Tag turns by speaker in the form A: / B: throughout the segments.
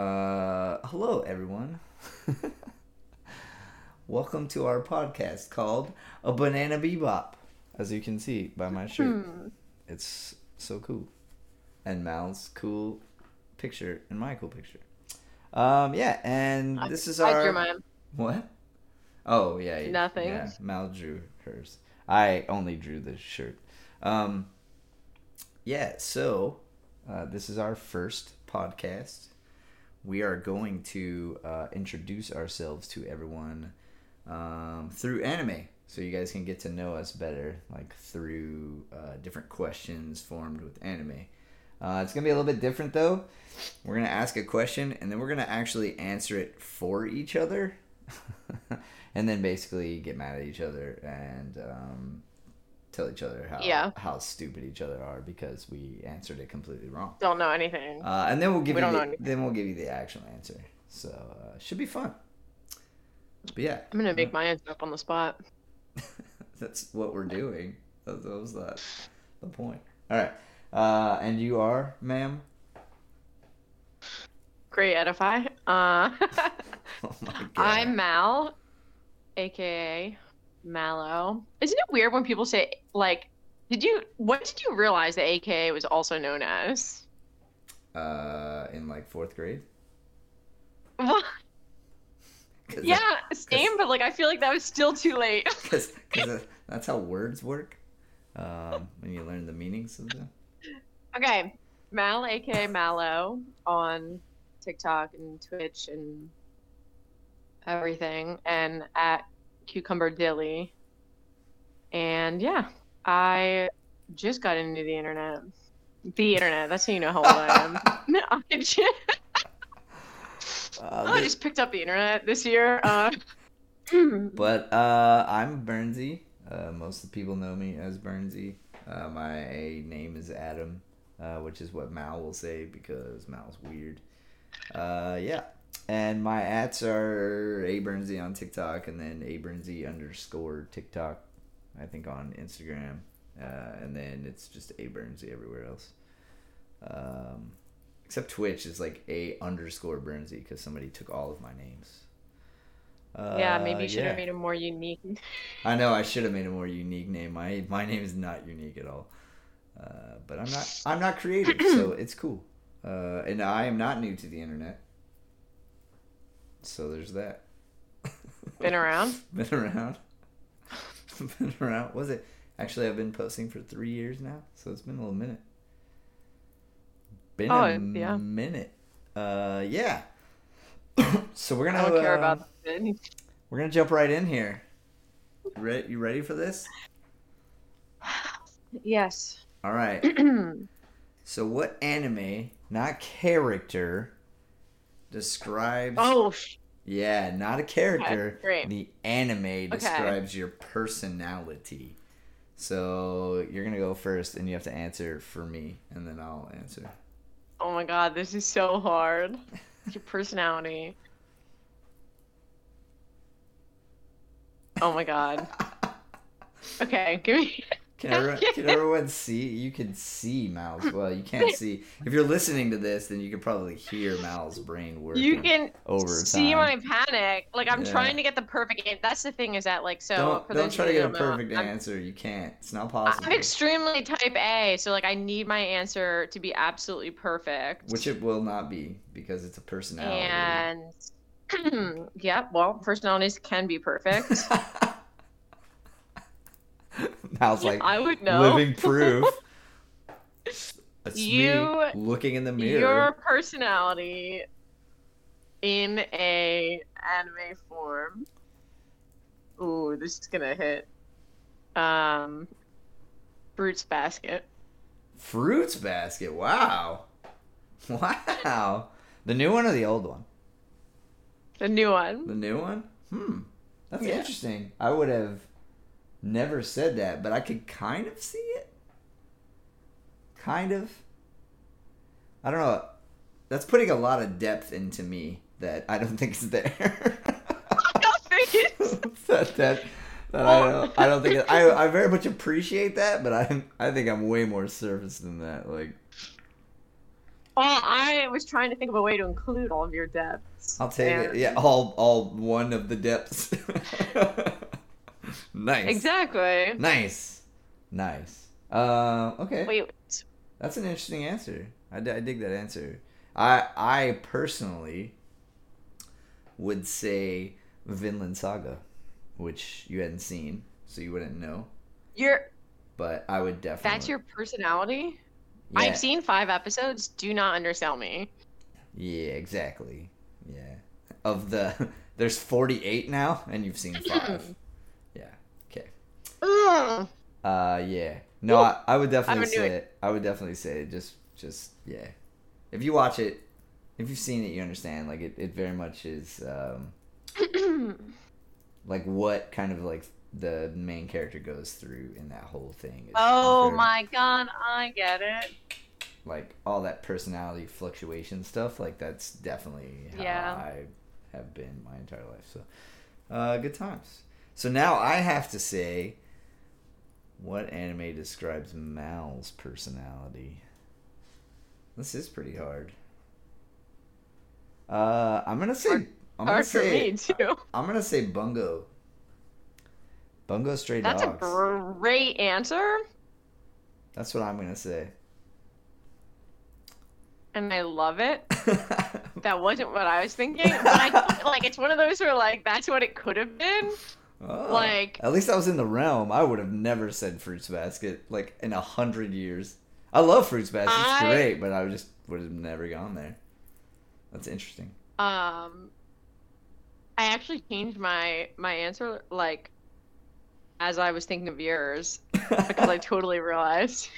A: Uh, hello, everyone. Welcome to our podcast called A Banana Bebop. As you can see by my shirt,
B: Hmm.
A: it's so cool. And Mal's cool picture and my cool picture. Um, yeah, and
B: I-
A: this is
B: I
A: our
B: drew mine.
A: what? Oh yeah, yeah,
B: Nothing.
A: Yeah, Mal drew hers. I only drew the shirt. Um, yeah, so uh, this is our first podcast. We are going to uh, introduce ourselves to everyone um, through anime, so you guys can get to know us better, like through uh, different questions formed with anime. Uh, it's gonna be a little bit different though. We're gonna ask a question, and then we're gonna actually answer it for each other, and then basically get mad at each other and um, tell each other how
B: Yeah.
A: how stupid each other are because we answered it completely wrong.
B: Don't know anything.
A: Uh, and then we'll give
B: We
A: you
B: don't know
A: the,
B: anything.
A: then we'll give you the actual answer. So uh, should be fun. But yeah, Uh,
B: I'm gonna make mine up on the spot.
A: that's what we're doing. That, that was that the point. All right. Uh, and you are, ma'am.
B: Great edify. Uh,
A: Oh my god.
B: I'm Mal, aka Mallow. Isn't it weird when people say like, did you? When did you realize that AKA was also known as?
A: uh, in like fourth grade.
B: Well,
A: 'Cause
B: yeah, same, but like I feel like that was still too late.
A: because that's how words work. Um, when you learn the meanings of them.
B: Okay, Mal, aka Mallow, on TikTok and Twitch and everything, and at Cucumber Dilly. And yeah, I just got into the internet. The internet. That's how you know how old I am. No, I just,
A: Uh,
B: I just picked up the internet this year. Uh, Mm-hmm.
A: But uh, I'm Bernsey. Uh, most of the people know me as Bernsey. Uh, my name is Adam, uh, which is what Mal will say because Mal's weird. Uh, yeah. And my ats are A Bernsey on TikTok and then A Bernsey underscore TikTok, I think on Instagram. Uh, and then it's just A Bernsey everywhere else. Um, except Twitch is like A underscore Bernsey because somebody took all of my names. Uh,
B: yeah, maybe you should
A: yeah.
B: have made it more unique.
A: I know I should have made a more unique name. My my name is not unique at all. Uh, but I'm not I'm not creative, so it's cool. Uh, and I am not new to the internet. So there's that.
B: Been around.
A: Been around. been around. Was it? Actually, I've been posting for three years now, so it's been a little minute. Been a
B: Oh, yeah.
A: minute. Uh, yeah. so we're gonna.
B: I don't
A: have,
B: care
A: uh,
B: about that.
A: We're gonna jump right in here. You re- you ready for this?
B: Yes.
A: All right. So, what anime, not character, describes?
B: oh, sh-
A: yeah, not a character.
B: Okay, great.
A: The anime describes your personality. So you're gonna go first, and you have to answer for me, and then I'll answer.
B: oh my god, this is so hard. Your personality. Oh my god. Okay, give me.
A: Can, everyone, can everyone see? You can see Mal's. Well, you can't see. If you're listening to this, then you can probably hear Mal's brain working.
B: You can
A: over
B: see
A: time.
B: my panic. Like I'm
A: Yeah.
B: trying to get the perfect. an- That's the thing is that like so.
A: don't
B: for
A: don't
B: those
A: try
B: of
A: to
B: you
A: get a
B: who don't know,
A: perfect
B: I'm-
A: answer. You can't. It's not possible.
B: I'm extremely type A, so like I need my answer to be absolutely perfect.
A: Which it will not be because it's a personality.
B: and yeah, well, personalities can be perfect.
A: Mal's like
B: I would know.
A: living proof. That's
B: You-
A: me looking in the
B: your
A: mirror.
B: personality in a anime form. Ooh, this is gonna hit. Um, Fruits Basket.
A: Fruits basket. Wow. Wow. The new one or the old one?
B: The new one.
A: The new one? Hmm. That's
B: Yeah.
A: interesting. I would have never said that, but I could kind of see it. Kind of. I don't know. That's putting a lot of depth into me that I don't think is there.
B: I don't think it's-
A: that, that, that I, don't, I don't think it, I, I very much appreciate that, but I I think I'm way more surface than that. Like
B: Well, Oh, I was trying to think of a way to include all of your depths.
A: I'll take
B: and-
A: it. Yeah, all all one of the depths. nice.
B: Exactly.
A: Nice. Nice. Uh, okay.
B: Wait,
A: That's an interesting answer. I, di- I dig that answer. I I personally would say Vinland Saga, which you hadn't seen, so you wouldn't know.
B: you're
A: But I would definitely.
B: that's your personality.
A: Yeah,
B: I've seen five episodes. Do not undersell me.
A: Yeah, exactly. Yeah. Of the there's 48 now, and you've seen five. yeah. Okay.
B: Ugh.
A: Uh, yeah. No, I, I would definitely
B: gonna do
A: say it. I would definitely say it. Just, just yeah. If you watch it, if you've seen it, you understand. Like it, it very much is um, like what kind of like the main character goes through in that whole thing. It's
B: oh
A: very-
B: my god, I get it.
A: Like all that personality fluctuation stuff. Like that's definitely how
B: Yeah.
A: I have been my entire life. So, uh, good times. So now I have to say, what anime describes Mal's personality? This is pretty hard. Uh, I'm gonna say.
B: Hard-
A: I'm gonna
B: Hard for
A: say.
B: me too.
A: I'm gonna say Bungo. Bungo Stray
B: That's a
A: Dogs.
B: great answer,
A: That's what I'm gonna say.
B: and I love it. That wasn't what I was thinking, but I like it's one of those where like that's what it could have been.
A: Oh,
B: Like-
A: at least I was in the realm. I would have never said Fruits Basket like in a hundred years. I love Fruits Basket; it's
B: I-
A: great, but I just would have never gone there. That's interesting.
B: Um, I actually changed my my answer like as I was thinking of yours because I totally realized.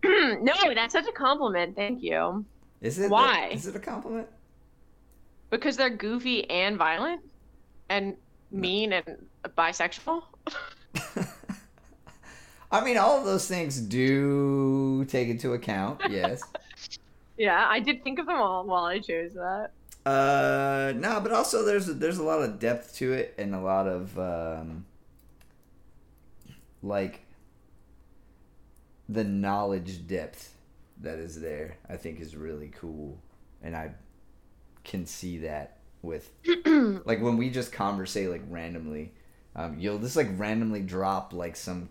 B: no, that's such a compliment. Thank you.
A: Is it
B: Why?
A: Is it a compliment?
B: Because they're goofy and violent, and mean and bisexual.
A: I mean, all of those things do take into account. Yes.
B: Yeah, I did think of them all while I chose that.
A: Uh no, but also there's there's a lot of depth to it and a lot of um, like the knowledge depth that is there. I think is really cool, and I can see that with like when we just conversate like randomly, um, you'll just like randomly drop like some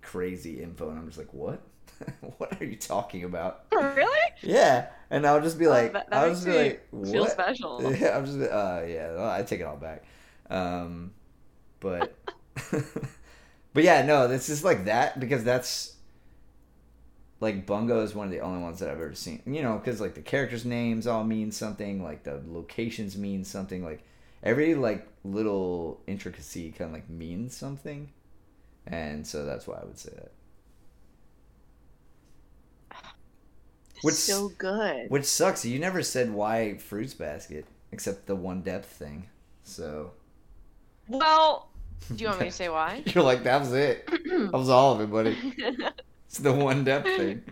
A: crazy info, and I'm just like, what? what are you talking about?
B: really?
A: Yeah, and I'll just be like,
B: Oh, that, that
A: I'll
B: makes
A: just be
B: me
A: like,
B: feel
A: what?
B: special.
A: Yeah, I'm just uh yeah, well, I take it all back. Um but but yeah, no, this is like that because that's like Bungo is one of the only ones that I've ever seen. You know, cuz like the characters names all mean something, like the locations mean something, like every like little intricacy kind of like means something. And so that's why I would say that. Which-
B: so good.
A: Which sucks. You never said why fruits basket except the one depth thing. So
B: Well, do you want me to say why?
A: You're like, that was it. That was all of it, buddy. It's the one depth thing.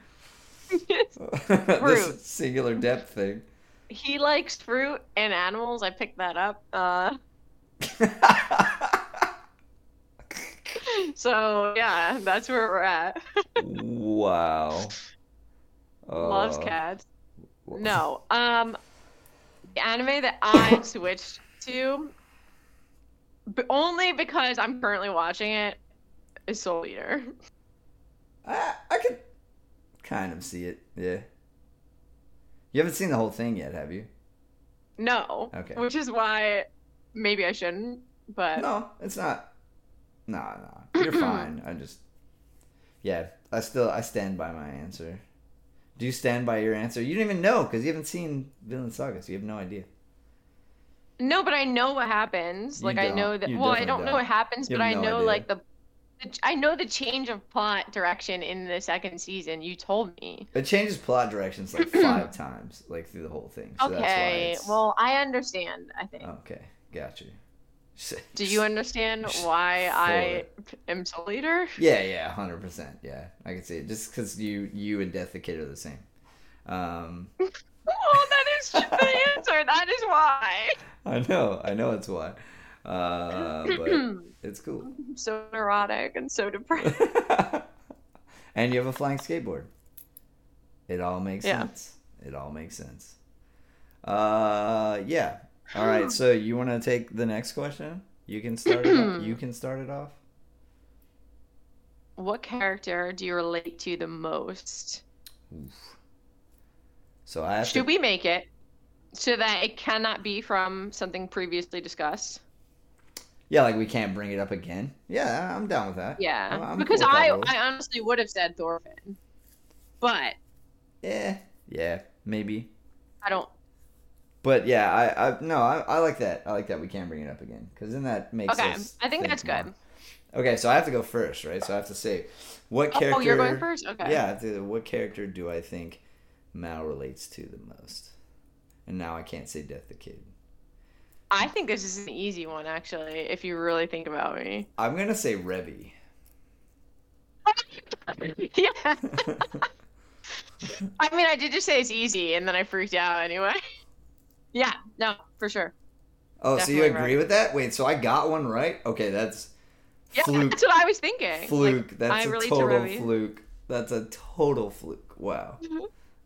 A: this
B: Fruits.
A: singular depth thing.
B: he likes fruit and animals. I picked that up. Uh, so yeah, that's where we're at.
A: wow.
B: Loves
A: Oh.
B: cats. No. Um, the anime that I switched to, but only because I'm currently watching it, is Soul Eater.
A: I, I could kind of see it. Yeah. You haven't seen the whole thing yet, have you?
B: No.
A: Okay.
B: Which is why maybe I shouldn't, but
A: No, it's not. Nah, nah. You're fine. I just. Yeah, I still I stand by my answer. Do you stand by your answer? You don't even know because you haven't seen Villain Saga, so you have no idea.
B: no, but I know what happens.
A: You
B: Like I
A: don't.
B: know that.
A: You
B: Well, I
A: definitely
B: don't know
A: don't.
B: what happens,
A: You
B: but I
A: have no
B: know
A: idea.
B: like the, the. I know the change of plot direction in the second season. You told me.
A: It changes plot directions like five times, like through the whole thing. So That's why
B: okay.
A: it's- Oh.
B: Well, I understand. I think.
A: Okay, got you.
B: Do you understand
A: Just
B: why I am soul leader?
A: Yeah, yeah, hundred percent. Yeah, I can see it just because you you and Death the Kid are the same. Um,
B: Oh, that is the answer. That is why.
A: I know, I know it's why, uh, but it's cool.
B: I'm so neurotic and so depressed.
A: and you have a flying skateboard. It all makes
B: Yeah.
A: sense. It all makes sense. Uh, yeah. All right. So you want to take the next question? You can start. it off. You can start it off.
B: What character do you relate to the most?
A: Oof. So I have
B: Should
A: to,
B: we make it so that it cannot be from something previously discussed?
A: yeah, like we can't bring it up again. Yeah, I- I'm down with that.
B: Yeah,
A: I'm- I'm cool
B: because
A: with that
B: I,
A: rule.
B: I honestly would have said Thorfinn, but
A: Yeah, yeah, maybe.
B: I don't.
A: But yeah, I, I no, I, I like that. I like that we can bring it up again because then that makes
B: Okay,
A: us
B: I think that's
A: more.
B: good.
A: Okay, so I have to go first, right? So I have to say, what character?
B: Oh, you're going first. Okay.
A: Yeah, the, what character do I think Mal relates to the most? And now I can't say Death the Kid.
B: I think this is an easy one actually. If you really think about me.
A: I'm gonna say Rebby.
B: yeah. I mean, I did just say it's easy, and then I freaked out anyway. yeah. No, for sure.
A: oh, so you
B: Definitely
A: agree with that? Wait, so I got one right? Okay, that's
B: Yeah,
A: fluke.
B: that's what I was thinking. Like,
A: Fluke. that's
B: I
A: a
B: relate to
A: total
B: Rebby.
A: fluke. That's a total fluke. Wow.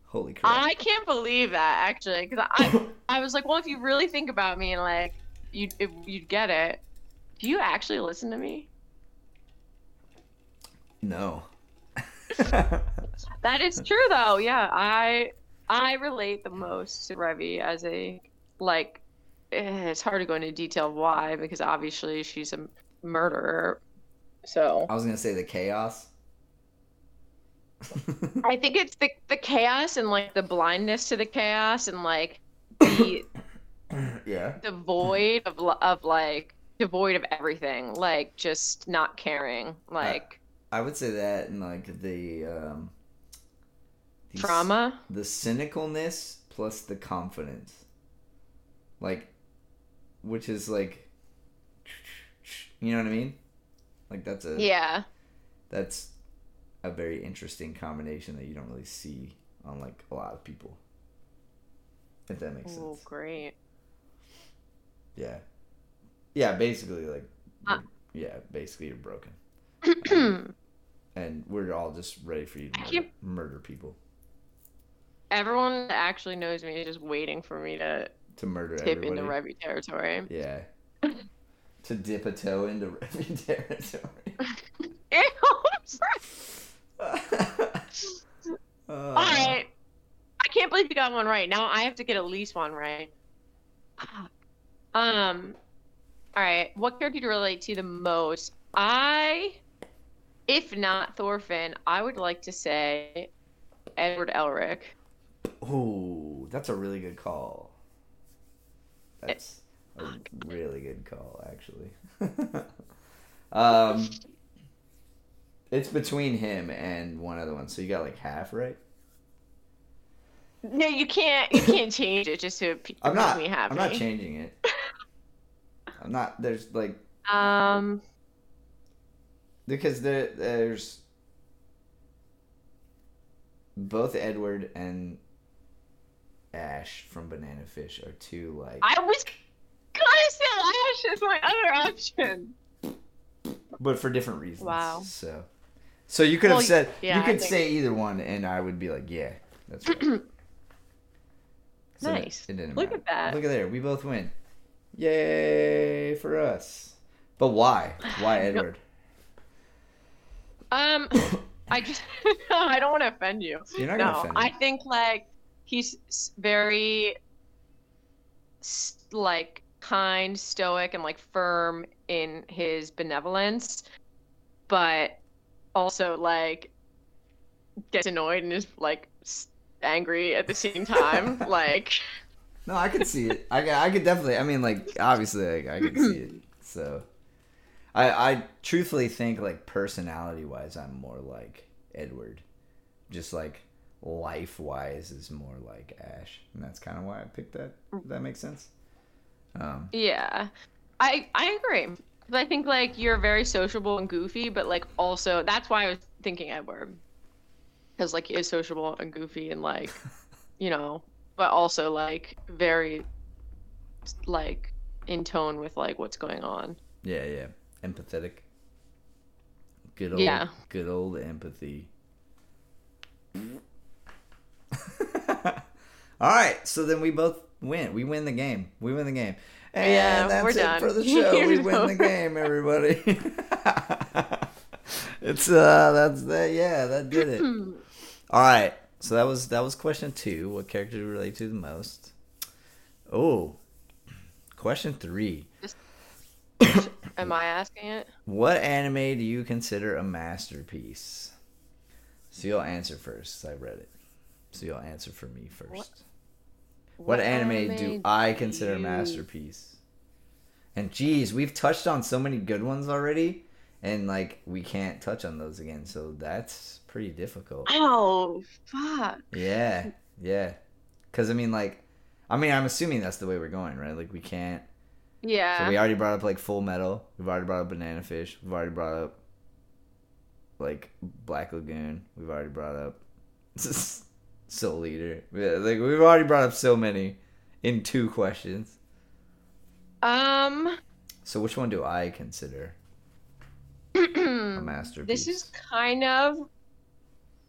A: Holy crap.
B: Mm-hmm. I can't believe that actually, because I I was like, well, if you really think about me and like you would you'd get it. Do you actually listen to me?
A: no.
B: That is true though. Yeah, I I relate the most to Revi as a like eh, it's hard to go into detail why because obviously she's a murderer. So
A: I was gonna say the chaos.
B: I think it's the the chaos and like the blindness to the chaos and like the
A: yeah.
B: the void of lo- of like devoid of everything, like just not caring, like
A: I would say that and like the um the s-
B: trauma.
A: the cynicalness plus the confidence. Like which is like you know what I mean? Like that's a
B: Yeah,
A: that's a very interesting combination that you don't really see on like a lot of people. If that makes
B: oh
A: sense.
B: great.
A: Yeah. Yeah, basically like
B: Uh.
A: you're- yeah, basically you're broken.
B: Everyone
A: And we're all just ready for you to
B: I
A: murder,
B: can't-
A: murder people.
B: that actually knows me is just waiting for me to
A: To murder
B: tip
A: everybody.
B: into Revy territory.
A: Yeah. to dip a toe into Revy territory.
B: Ew. All
A: Uh,
B: right. I can't believe you got one right. Now I have to get at least one right. Ah. Um. All right. What character do you relate to the most? I, if not Thorfinn, I would like to say Edward Elric.
A: Ooh, that's a really good call. That's a really good call, actually. um, it's between him and one other one, so you got like half right.
B: No, you can't. You can't change it just to pe-
A: I'm not.
B: make me happy.
A: I'm not changing it. I'm not. There's like
B: um.
A: because there there's both Edward and Ash from Banana Fish are two like
B: I was gonna say Ash is my other option.
A: but for different reasons.
B: Wow.
A: So, so you could have
B: Well,
A: said
B: yeah,
A: you
B: I
A: could
B: think-
A: say either one, and I would be like, yeah, that's right. So it-
B: Nice.
A: It didn't
B: Look
A: matter.
B: at that.
A: Look at there. We both win. Yay for us. But why? Why Edward?
B: Um, I just no, I don't want to offend you.
A: You're not gonna
B: No,
A: offend
B: I
A: me.
B: think like he's s- very s- like kind, stoic, and like firm in his benevolence, but also like gets annoyed and is like s- angry at the same time. like
A: No, I could see it. I could, I could definitely. I mean, like obviously, I, I could see it. So, I I truthfully think like personality wise, I'm more like Edward. Just like life wise is more like Ash, and that's kind of why I picked that. If that makes sense. Um,
B: Yeah, I I agree. 'Cause I think like you're very sociable and goofy, but like also that's why I was thinking Edward, because like he is sociable and goofy and like, you know, but also like very, like in tone with like what's going on.
A: yeah, yeah, empathetic. Good old,
B: Yeah.
A: good old empathy. All right, so then we both win. We win the game. We win the game. And
B: Yeah,
A: that's
B: we're
A: it
B: done.
A: for the show. we
B: Here's
A: win the
B: over.
A: game, everybody. it's uh that's that yeah, that did it. All right. So that was that was question 2, what character do you relate to the most? Oh. Question 3.
B: Am I asking it?
A: What anime do you consider a masterpiece? So you'll answer first. I read it. So you'll answer for me first. What, anime, do I consider a
B: you-
A: masterpiece? And geez, we've touched on so many good ones already, and like we can't touch on those again. So that's pretty difficult.
B: Oh fuck!
A: Yeah, yeah. Because I mean, like, I mean, I'm assuming that's the way we're going, right? Like, we can't so
B: Yeah.
A: we already brought up like Full Metal. We've already brought up Banana Fish. We've already brought up like Black Lagoon. We've already brought up Soul Eater. Yeah, like we've already brought up so many in two questions.
B: um.
A: So which one do I consider a masterpiece?
B: Um, Mm, this is kind of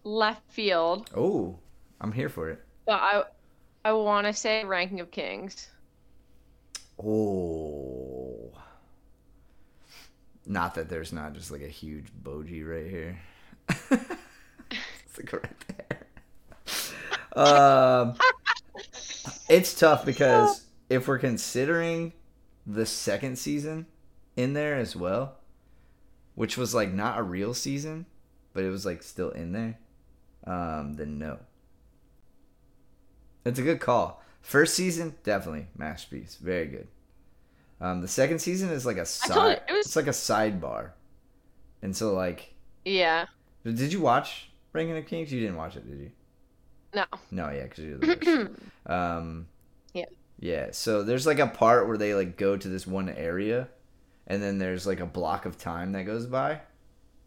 B: left field,
A: Oh, I'm here for it.
B: but I I want to say Ranking of Kings.
A: Oh. Not that there's not just like a huge boji right here. it's like right there. Um, it's tough because if we're considering the second season in there as well, which was like not a real season, but it was like still in there, um, then no. It's a good call. First season, definitely masterpiece, very good. Um, the second season is like a
B: told you,
A: side.
B: it was-
A: It's like a sidebar, and so like,
B: Yeah.
A: did you watch Ranking of Kings? You didn't watch it, did you?
B: No.
A: No, yeah, because you're the worst. Um,
B: Yeah.
A: Yeah. So there's like a part where they like go to this one area, and then there's like a block of time that goes by,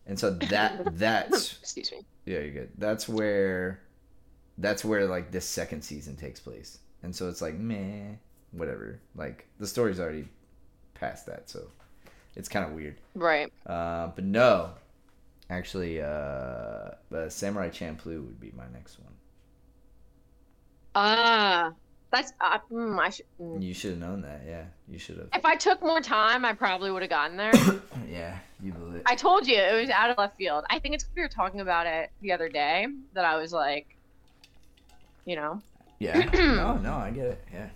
A: and so that that's
B: Excuse me.
A: yeah, you're good. That's where, that's where like this second season takes place, and so it's like meh, whatever. Like the story's already past that, so it's kind of weird.
B: Right.
A: Uh, but no, actually, uh, uh, Samurai Champloo would be my next one.
B: Ah. that's uh, mm, I should. mm.
A: You should have known that. Yeah, you should have.
B: If I took more time, I probably would have gotten there.
A: Yeah, you blew it.
B: I told you it was out of left field. I think it's 'cause we were talking about it the other day that I was like, you know,
A: Yeah. no, no, I get it. Yeah.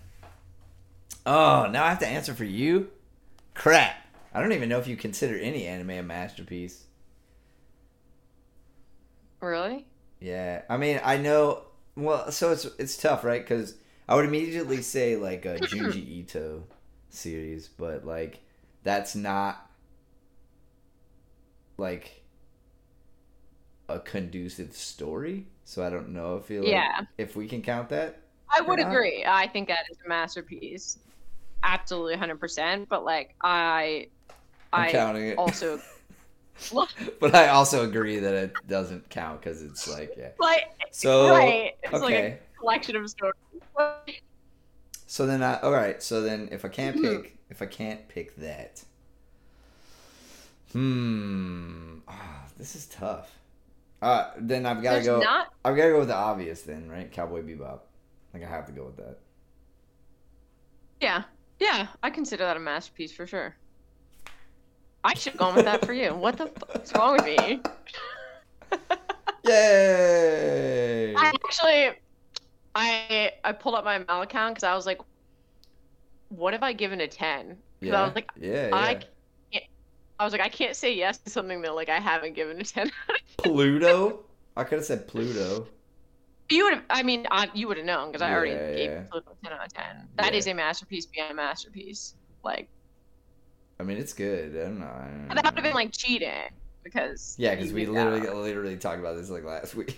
A: Oh, now I have to answer for you? Crap. I don't even know if you consider any anime a masterpiece.
B: really?
A: Yeah. I mean, I know. Well, so it's it's tough, right? Because I would immediately say, like, a Junji Ito series, but, like, that's not, like, a conducive story. So I don't know if, it, like,
B: Yeah.
A: if we can count that.
B: I would
A: Yeah.
B: agree. I think that is a masterpiece. Absolutely 100%, but like I
A: I'm
B: I
A: counting it.
B: also Look,
A: but I also agree that it doesn't count because it's like yeah.
B: like
A: So
B: right. It's like
A: Oh, okay,
B: a collection of stories.
A: so then I all right. So then if I can't
B: Mm-hmm.
A: pick, if I can't pick that, hmm, Ah, this is tough. Uh, then I've got to
B: There's
A: go.
B: not
A: I've got to go with the obvious then, right? Cowboy Bebop. Like I have to go with that.
B: Yeah. Yeah, I consider that a masterpiece for sure. I should have gone with that for you. What the fuck's wrong with me?
A: Yay!
B: I actually, I I pulled up my Mal account because I was like, what have I given a ten? Because I was like,
A: yeah, yeah.
B: I can't. I was like, I can't say yes to something that like I haven't given a ten.
A: Pluto. I could have said Pluto.
B: you would have. I mean, I, you would have known because I already
A: Yeah,
B: gave
A: yeah.
B: it a ten out of ten. That
A: Yeah.
B: is a masterpiece beyond a masterpiece. Like
A: I mean, it's good. I don't know. I don't
B: that would have
A: know.
B: been like cheating because
A: Yeah, because
B: you
A: we
B: did
A: literally
B: that.
A: literally talked about this like last week.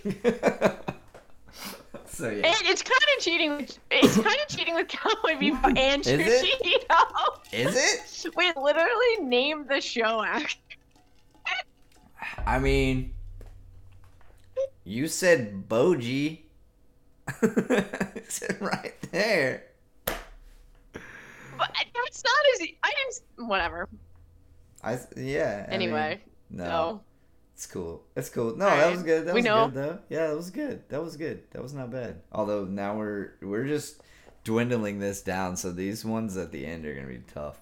A: so yeah,
B: It, it's kind of cheating. with- It's kind of cheating with Cowboy Bebop and
A: Is it?
B: Chirito.
A: is it?
B: We literally named the show after.
A: I mean, you said Boji. it's right there.
B: But it's not e, as I didn't. Whatever.
A: I yeah. I mean,
B: anyway,
A: no,
B: so
A: It's cool. That's cool. No,
B: All
A: that
B: right.
A: was good. That
B: We
A: was
B: know.
A: good though. Yeah, that was good. That was good. That was not bad. Although now we're we're just dwindling this down, so these ones at the end are gonna be tough.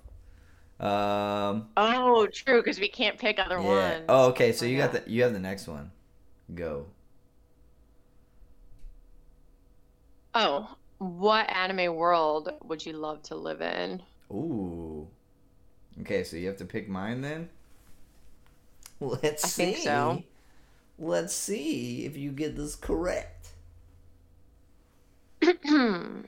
A: Um
B: Oh, true, because we can't pick other
A: yeah.
B: ones.
A: Oh okay, so
B: Oh,
A: you got
B: yeah.
A: the you have the next one. Go.
B: Oh, what anime world would you love to live in?
A: Ooh. Okay, so you have to pick mine then? Let's
B: I
A: see.
B: think so.
A: Let's see if you get this correct.
B: Hmm.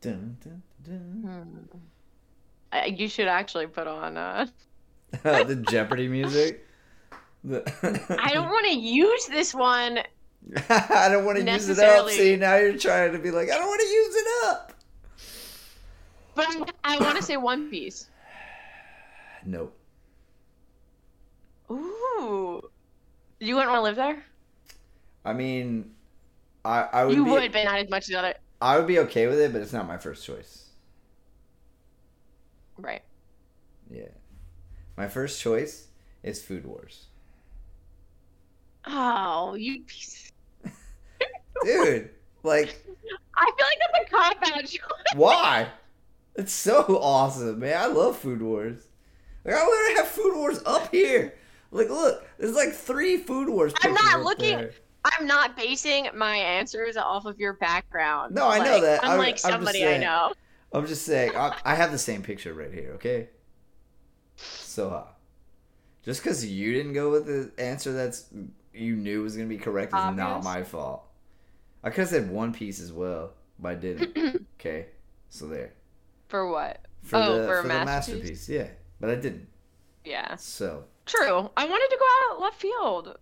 A: Dun, dun, dun.
B: Hmm. I- Uh, You should actually put on. Uh...
A: Oh, the Jeopardy music. The-
B: I don't want to use this one.
A: I don't want to use it up.
B: necessarily-
A: See, now you're trying to be like, I don't want to use it up.
B: But I, I want to say One Piece.
A: Nope.
B: Ooh. You wouldn't want to live there?
A: I mean, I I would
B: you
A: be,
B: would, but not as much as other.
A: I would be okay with it, but it's not my first choice.
B: Right.
A: Yeah, my first choice is Food Wars.
B: Oh, you. piece-
A: Dude, like,
B: I feel like that's a cop out choice.
A: why? It's so awesome, man. I love Food Wars. Like, I want to have Food Wars up here. Like, look, there's like three Food Wars.
B: I'm
A: pictures
B: not
A: up
B: looking-
A: there.
B: I'm not basing my answers off of your background.
A: No, I know
B: Like,
A: that. I'm-
B: Unlike
A: I'm just
B: somebody I
A: saying.
B: know.
A: I'm just saying, I, I have the same picture right here, okay? So, uh, just because you didn't go with the answer that's you knew was going to be correct is not
B: Obvious.
A: my fault. I could have said One Piece as well, but I didn't. okay? So, there.
B: For what?
A: For
B: Oh,
A: the,
B: for
A: for
B: a
A: the
B: masterpiece?
A: masterpiece, yeah. But I didn't.
B: Yeah.
A: So,
B: True. I wanted to go out left field.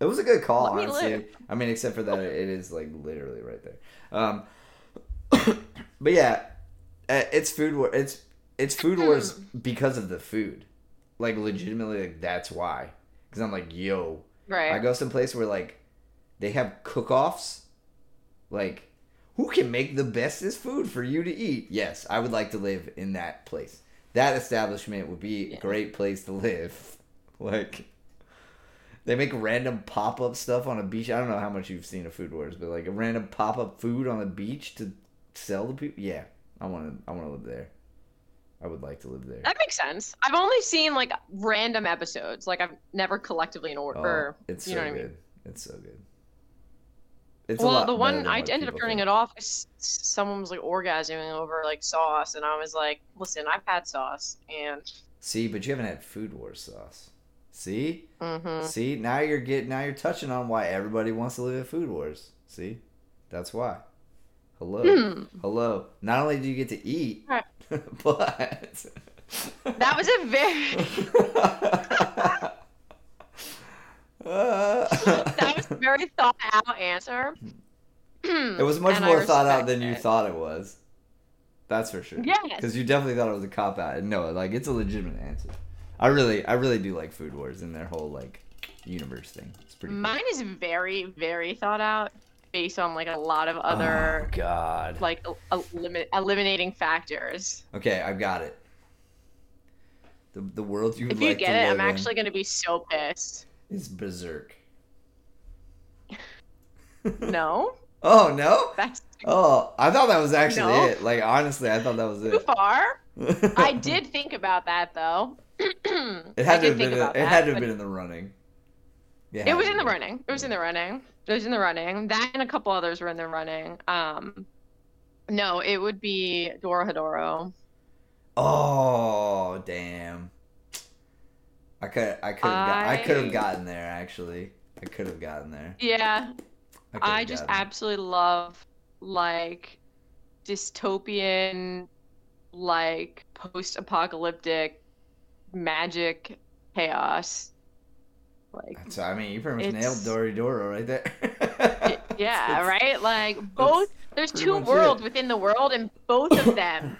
A: It was a good call,
B: Let me
A: honestly.
B: live.
A: I mean, except for that, it is like literally right there. Um, but yeah, uh, it's food. War- it's it's food wars because of the food. Like legitimately, like, that's why. Because I'm like, yo, I
B: Right.
A: go someplace where like they have cook-offs. Like, who can make the bestest food for you to eat? Yes, I would like to live in that place. That establishment would be a
B: Yeah.
A: great place to live. Like, they make random pop-up stuff on a beach. I don't know how much you've seen of Food Wars, but like a random pop-up food on the beach to sell to people. Yeah, I want to. I want to live there. I would like to live there.
B: That makes sense. I've only seen like random episodes. Like I've never collectively in order.
A: Oh,
B: or,
A: it's so
B: you know
A: good.
B: what I mean?
A: It's so good. It's a
B: well,
A: lot
B: the
A: better
B: one
A: than
B: I
A: what
B: ended up
A: people
B: turning
A: think.
B: it off. Is someone was like orgasming over like sauce, and I was like, "Listen, I've had sauce, and
A: See, but you haven't had food wars sauce. See,
B: Mhm.
A: see, now you're getting, now you're touching on why everybody wants to live at food wars. See, that's why. Hello,
B: Hmm.
A: hello. Not only do you get to eat,
B: Right.
A: but
B: that was a very that was a very thought out answer. Hmm.
A: It was much
B: Mm-hmm. And I
A: more thought out
B: respect
A: than you
B: it.
A: thought it was. That's for sure.
B: Yes.
A: Because you definitely thought it was a cop out. And No, like it's a legitimate answer. I really, I really do like Food Wars and their whole like universe thing. It's pretty.
B: Mine is very very thought out, based on like a lot of
A: cool.
B: other
A: Oh, God.
B: like el- elimi- eliminating factors.
A: Okay, I've got it. The the world you
B: If
A: like
B: you get it,
A: to
B: I'm
A: live
B: actually gonna be so pissed.
A: in is berserk.
B: No,
A: Oh no.
B: that's
A: Oh, I thought that was actually
B: No.
A: it. Like honestly, I thought that was
B: too
A: it.
B: far. I
A: I
B: did think about that though. I
A: It had to have
B: did
A: been.
B: think
A: in-
B: about
A: it
B: that,
A: had to
B: but
A: have been in the running.
B: It was
A: had to
B: in the
A: be.
B: running. It was in the running. It was in the running. That and a couple others were in the running. Um, no, it would be Dora Hedoro.
A: Oh damn! I could I could have got, I could have
B: I-
A: gotten there actually. I could have gotten there.
B: Yeah,
A: could have
B: I just
A: gotten there.
B: absolutely love like dystopian, like post-apocalyptic magic chaos. Like
A: So I mean, you pretty much nailed
B: it's-
A: Dory Doro right there.
B: Y- yeah,
A: It's-
B: right? Like both there's
A: pretty
B: two
A: much it.
B: worlds within the world and both of them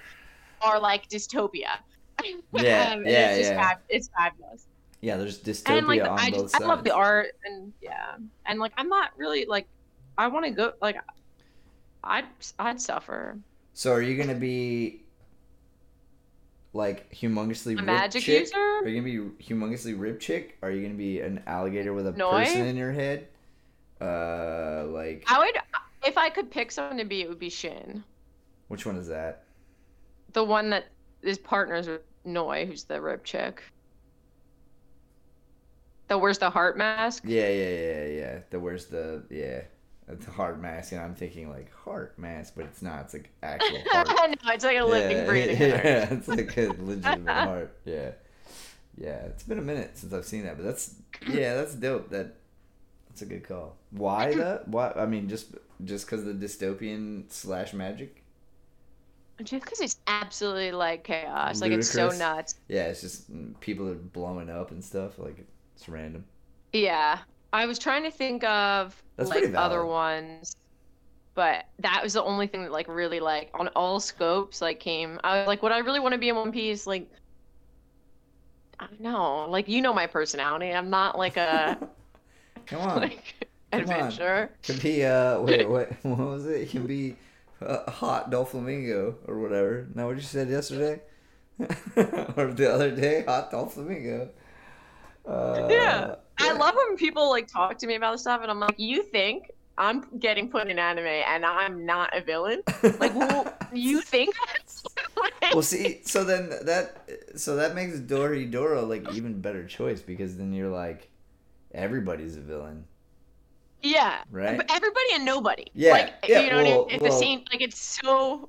B: are like dystopia. Um,
A: Yeah,
B: and
A: yeah,
B: it's just
A: yeah.
B: Fab- it's fabulous.
A: Yeah, there's dystopia
B: And like the,
A: on
B: I
A: both
B: just
A: sides.
B: I love the art and yeah. And like I'm not really like I want to go like I'd I'd suffer.
A: So are you gonna be? like humongously
B: A
A: ripped
B: magic
A: chick?
B: user?
A: Are you gonna be humongously rib chick? Are you gonna be an alligator with a
B: No,
A: person
B: I-
A: in your head? Uh, like
B: I would, if I could pick someone to be, it would be Shin,
A: which one is that?
B: the one that is partners with Noi, who's the rib chick. That wears the heart mask.
A: Yeah, yeah, yeah, yeah. The where's the yeah, the heart mask, and I'm thinking like heart mask, but it's not. It's like actual heart.
B: no, it's like a living,
A: yeah,
B: breathing
A: yeah,
B: heart.
A: it's like a legitimate heart. Yeah, yeah. It's been a minute since I've seen that, but that's yeah, that's dope. That that's a good call. Why the why? I mean, just just because the dystopian slash magic.
B: Just because it's absolutely like chaos, like it's so
A: Ludicrous.
B: nuts.
A: Yeah, it's just mm, people are blowing up and stuff. Like it's random.
B: Yeah, I was trying to think of
A: That's
B: like
A: pretty
B: other
A: valid.
B: ones, but that was the only thing that like really like on all scopes like came. I was like, what I really want to be in One Piece, like I don't know, like you know my personality. I'm not like a
A: Come on,
B: like
A: Come on.
B: adventurer.
A: can be uh wait what what was it? Can be uh, hot Dolphamingo or whatever. Now what you said yesterday or the other day, hot Dolphamingo. Uh,
B: Yeah, I
A: yeah.
B: love when people like talk to me about this stuff, and I'm like, you think I'm getting put in anime and I'm not a villain? Like, well, you think?
A: well see so then that so that makes dory doro like even better choice because then you're like everybody's a villain
B: yeah.
A: right
B: But everybody and nobody.
A: Yeah,
B: Like,
A: yeah,
B: you know what I
A: well-
B: mean? It's
A: well-
B: the same. Like, it's so.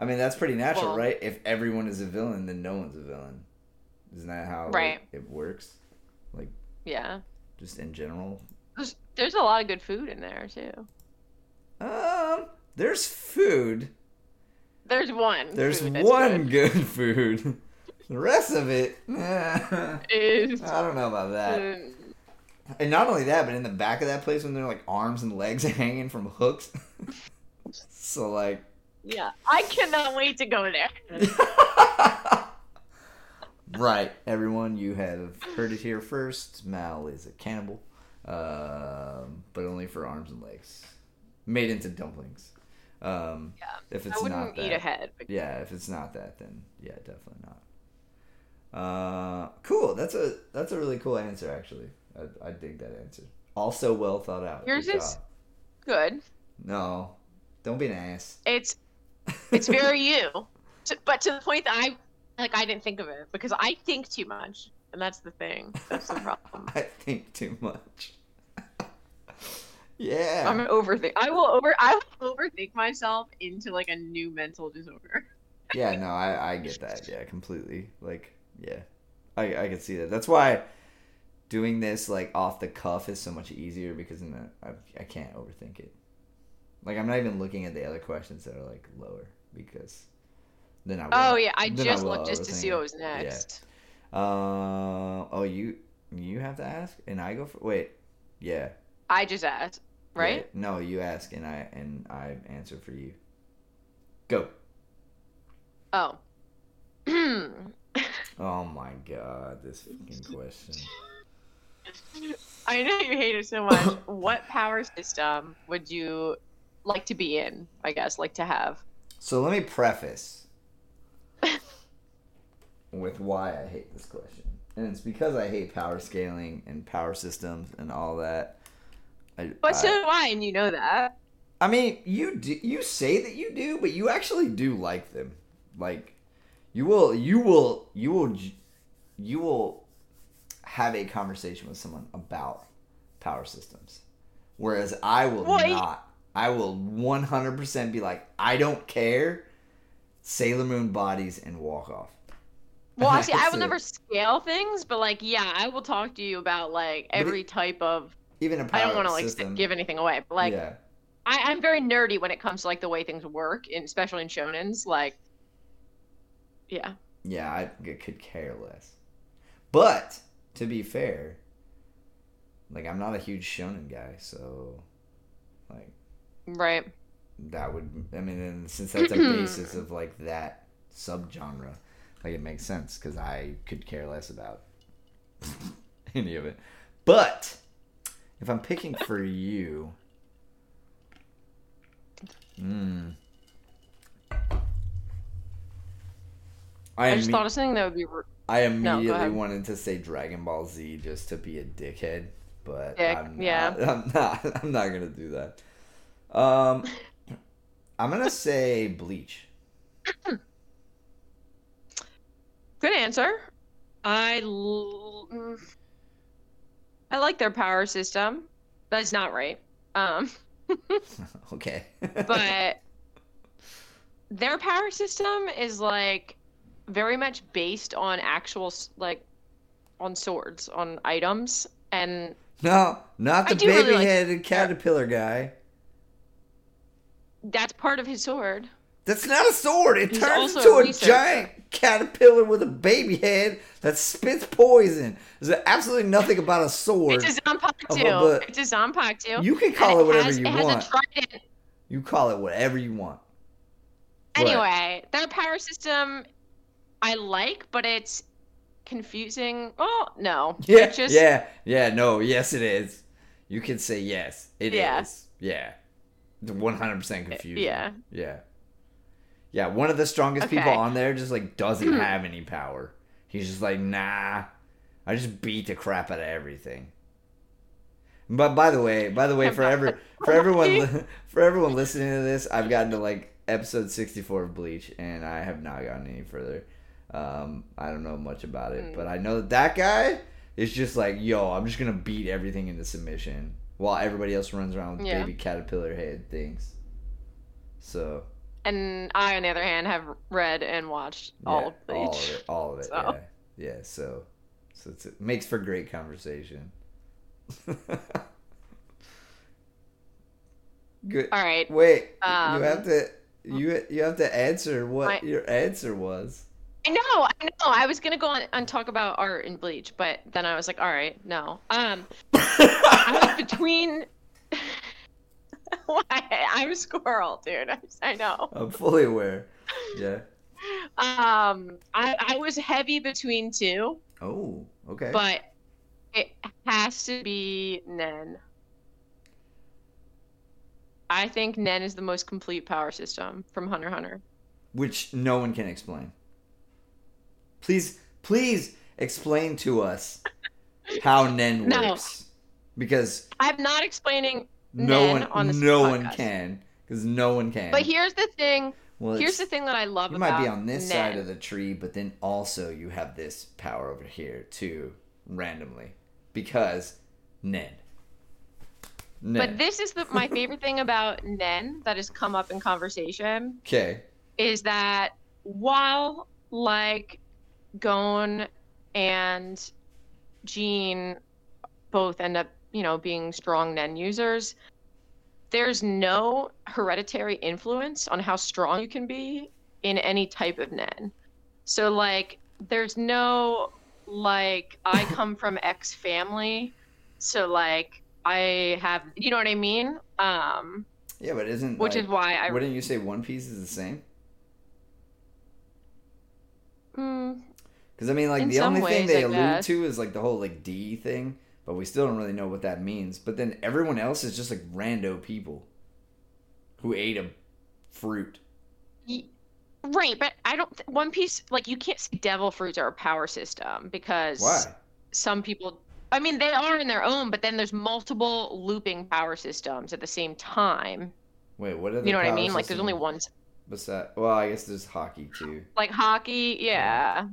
A: i mean that's pretty natural
B: Well-
A: right if everyone is a villain then no one's a villain isn't that how like,
B: Right.
A: it works
B: Yeah.
A: just in general
B: There's, there's a lot of good food in there, too.
A: um there's food
B: There's one.
A: there's
B: food that's
A: one good. food the rest of it eh,
B: good. Is,
A: i don't know about that
B: mm,
A: And not only that, but in the back of that place when they're like arms and legs hanging from hooks. so like
B: yeah. I cannot wait to go there.
A: Right. Everyone, you have heard it here first. Mal is a cannibal. Um, but only for arms and legs. Made into dumplings. Um
B: Yeah,
A: if
B: I
A: it's not
B: wouldn't
A: that.
B: eat a head. but-
A: Yeah, if it's not that then yeah, definitely not. Uh, cool. That's a that's a really cool answer actually. I, I dig that answer. Also well thought out.
B: Yours
A: Good
B: is-
A: job.
B: Good.
A: No, don't be an ass.
B: It's it's very you. To- but to the point that I. Like, I didn't think of it because I think too much. And that's the thing. That's the problem.
A: I think too much. yeah.
B: I'm an overthink. I will over. I will overthink myself into like a new mental disorder.
A: Yeah. No, I I get that. Yeah, completely. Like, yeah, I I can see that. That's why doing this like off the cuff is so much easier because in the, I I can't overthink it. Like I'm not even looking at the other questions that are like lower because then I.
B: Oh
A: won't.
B: yeah, I
A: Then
B: just
A: will
B: looked just to see
A: overthink
B: what
A: it.
B: was next.
A: Uh, oh, you you have to ask, and I go for wait. Yeah.
B: I just asked, right?
A: Yeah, no, you ask and I and I answer for you. Go.
B: Oh.
A: Oh my god, this fucking question.
B: I know you hate it so much. what power system would you like to be in? I guess like to have.
A: So let me preface with why I hate this question. And it's because I hate power scaling and power systems and all that. I,
B: But so
A: I,
B: do I, and you know that.
A: I mean, you do, you say that you do, but you actually do like them. Like you will you will you will j- you will have a conversation with someone about power systems whereas i will
B: Well, y-
A: not i will 100% be like i don't care sailor moon bodies and walk off
B: Well, I see. I
A: That's
B: will
A: it.
B: never scale things, but like, yeah, I will talk to you about like
A: it-
B: every type of.
A: even a power
B: I don't want to like
A: system
B: give anything away, but like.
A: yeah
B: I, I'm very nerdy when it comes to like the way things work, and especially in shonens. Like, yeah,
A: yeah i g- could care less but to be fair like i'm not a huge shonen guy so like
B: right.
A: that would i mean and since that's a basis of like that subgenre like it makes sense because i could care less about any of it but if i'm picking for you hmm. mm,
B: I,
A: I,
B: just
A: imme-
B: thought of something that would be. r-
A: I
B: go
A: immediately
B: ahead.
A: wanted to say Dragon Ball Z just to be a dickhead, but
B: Dick,
A: I'm not,
B: yeah.
A: I'm not. I'm not gonna do that. Um, I'm gonna say Bleach.
B: Good answer. I l- mm. I like their power system. That's not right. Um,
A: okay.
B: but their power system is like very much based on actual s- like on swords, on items, and
A: no, not the
B: I do really like-
A: baby-headed caterpillar guy.
B: that's part of his sword.
A: That's not a sword. It
B: He's
A: turns
B: also
A: into
B: a
A: a,
B: researcher.
A: giant caterpillar with a baby head that spits poison. There's absolutely nothing about a sword.
B: It's a Zanpakutu.
A: Oh, but-
B: it's a Zanpakutu.
A: You can call it
B: And
A: whatever
B: has-
A: you
B: it has a
A: want.
B: trident
A: You call it whatever you want. Right.
B: Anyway, that power system I like, but it's confusing. Well, no.
A: Yeah,
B: It's just
A: yeah, yeah. No, yes, it is. You can say yes. It is.
B: Yeah. Eh,
A: Yeah. One hundred percent confused.
B: yeah.
A: Yeah. Yeah. One of the strongest people
B: Okay.
A: on there just like doesn't have any power. He's just like, nah. I just beat the crap out of everything. But by the way, by the way, for every for everyone li- for everyone listening to this, I've gotten to like episode sixty four of Bleach, and I have not gotten any further. Um, I don't know much about it,
B: Mm.
A: but I know that that guy is just like, yo, I'm just gonna beat everything into submission while everybody else runs around with
B: Yeah.
A: baby caterpillar head things. So
B: And I, on the other hand, have read and watched
A: yeah,
B: all of Bleach.
A: all of it, all of it,
B: So.
A: yeah, yeah. So, so it's, it makes for great conversation. Good.
B: All right.
A: Wait,
B: Um,
A: you have to you you have to answer what
B: My-
A: your answer was.
B: I know. I know. I was gonna go on and talk about art and Bleach, but then I was like, all right, no. Um, I was between. Why? I'm a squirrel, dude. I, I know.
A: I'm fully aware. Yeah.
B: Um, I, I was heavy between two.
A: Oh, okay.
B: but it has to be Nen. I think Nen is the most complete power system from Hunter x Hunter.
A: Which no one can explain. Please, please explain to us how Nen
B: No.
A: works, because
B: I'm not explaining,
A: no
B: Nen
A: one,
B: on this
A: no one
B: podcast.
A: can, because no one can.
B: but here's the thing.
A: Well,
B: Here's the
A: it's-
B: thing that I love
A: You
B: about
A: might be on this
B: Nen.
A: side of the tree, but then also you have this power over here too, randomly, because Nen. Nen.
B: But this is the, my favorite thing about Nen that has come up in conversation
A: okay.
B: is that while like Gon and Jean both end up, you know, being strong Nen users, there's no hereditary influence on how strong you can be in any type of Nen. So like there's no like I come from X family, so like I have you know what I mean? Um
A: Yeah, but isn't
B: which is
A: like,
B: why I
A: wouldn't you say One Piece is the same?
B: Mm,
A: Because I mean, like
B: In
A: the
B: some
A: only thing
B: ways,
A: they
B: I
A: allude
B: guess.
A: to is like the whole like D thing, but we still don't really know what that means. But then everyone else is just like rando people who ate a fruit.
B: Y- Right, but I don't. Th- One Piece, like you can't say Devil Fruits are a power system because
A: Why?
B: some people. I mean, they are in their own, but then there's multiple looping power systems at the same time.
A: Wait, what are the
B: You know what I
A: power
B: mean? Like there's only
A: systems
B: one,
A: Besides, well, I guess there's hockey too.
B: like hockey, yeah.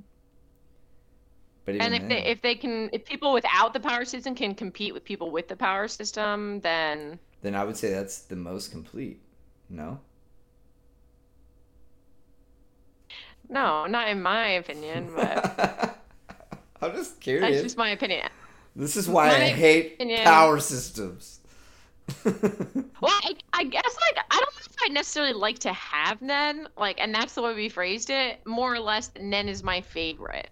A: But even
B: And if
A: then-
B: they if they can if people without the power system can compete with people with the power system, then
A: then I would say that's the most complete. No?
B: no, not in my opinion. But
A: I'm just
B: that's
A: curious.
B: just my opinion.
A: this is why I
B: my
A: hate
B: opinion-
A: power systems.
B: Well, I, I guess like I don't know if I necessarily like to have Nen, like, and that's the way we phrased it. More or less, Nen is my favorite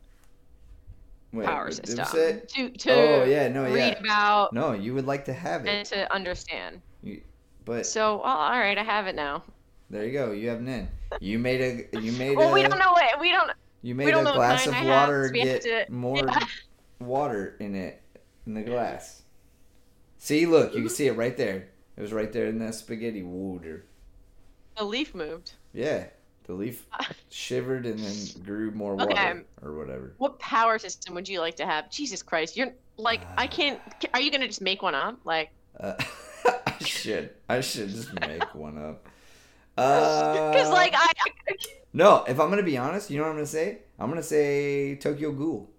A: Wait,
B: power
A: what- did we
B: system
A: say-
B: to to
A: Oh, yeah, no,
B: read
A: yeah.
B: about
A: No, you would like to have
B: and
A: it.
B: to understand.
A: You, but
B: So, well, all right, I have it now.
A: there you go. You have Nin. You made a you made
B: Well,
A: a
B: we don't know what we don't.
A: you made
B: don't
A: a
B: know what
A: glass of
B: kind I have,
A: water
B: so we have
A: get
B: to-
A: more
B: yeah.
A: water in it in the glass. See, look, you can see it right there. It was right there in that spaghetti water.
B: The leaf moved.
A: Yeah, The leaf shivered and then grew more water
B: Okay.
A: or whatever.
B: What power system would you like to have? Jesus Christ, you're like I can't. Are you gonna just make one up? Like
A: Uh, I should. I should just make one up. Uh,
B: because like I,
A: no, if I'm gonna be honest, you know what I'm gonna say? I'm gonna say Tokyo Ghoul,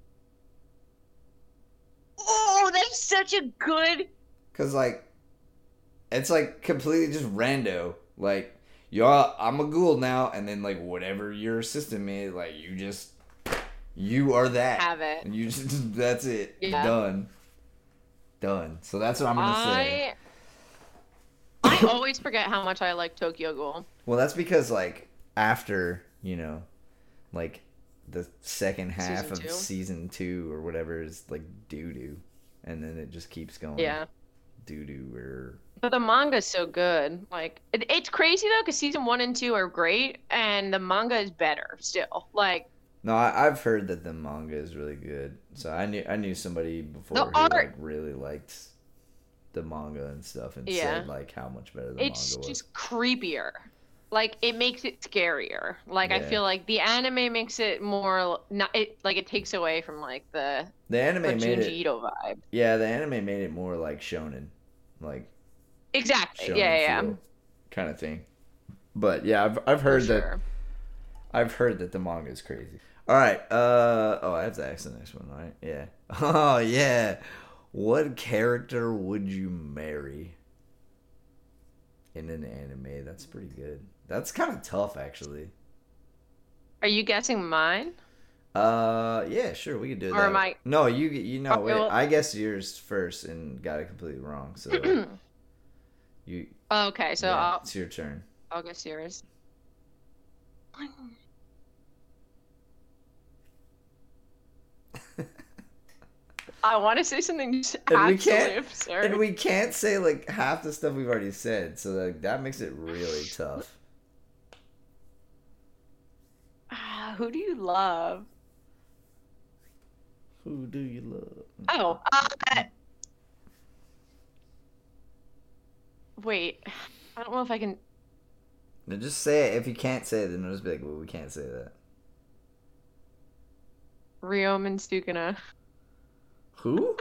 B: oh that's such a good
A: cause like, it's like completely just rando. Like, y'all, I'm a ghoul now, and then like whatever your system is, like you just, you are that.
B: have it.
A: And you just that's it.
B: Yeah.
A: Done. Done. So that's what I'm gonna say.
B: I I always forget how much I like Tokyo Ghoul.
A: Well, that's because like after you know, like the second half
B: Season
A: of
B: two?
A: season two or whatever is like doo doo, and then it just keeps going.
B: Yeah,
A: Doo doo or
B: but the manga's so good. Like it, it's crazy though, because season one and two are great, and the manga is better still. Like
A: no, I, I've heard that the manga is really good. So I knew I knew somebody before who
B: art-
A: like really liked the manga and stuff and
B: Yeah.
A: said like how much better the
B: it's
A: manga was.
B: just creepier. Like it makes it scarier. Like I
A: Yeah.
B: feel like the anime makes it more not it like it takes away from like the
A: The anime
B: the
A: made
B: Junji
A: it.
B: Ito vibe.
A: Yeah, the anime made it more like shonen, like
B: Exactly.
A: shonen
B: yeah, yeah. yeah.
A: feel kind of thing. But yeah, I've I've
B: For
A: heard that
B: sure.
A: I've heard that the manga is crazy. All right. Uh oh, I have to ask the next one, right? Yeah. Oh yeah. What character would you marry in an anime? That's pretty good. That's kind of tough, actually.
B: Are you guessing mine?
A: Uh yeah, sure, we could do
B: Or
A: that.
B: am I-
A: No, you you know.
B: Okay,
A: Wait,
B: well-
A: I guess yours first and got it completely wrong. So you.
B: Oh, okay, so
A: yeah,
B: I'll
A: it's your turn.
B: I'll guess yours. I want to say something just
A: And
B: absolutely
A: we can't-
B: absurd.
A: And we can't say like half the stuff we've already said, so like that makes it really tough.
B: Ah, Who do you love?
A: Who do you love?
B: Oh, uh, wait. I don't know if I can.
A: No, just say it. If you can't say it, then I'll just be like, well, we can't say that.
B: Ryom and Sukuna.
A: Who?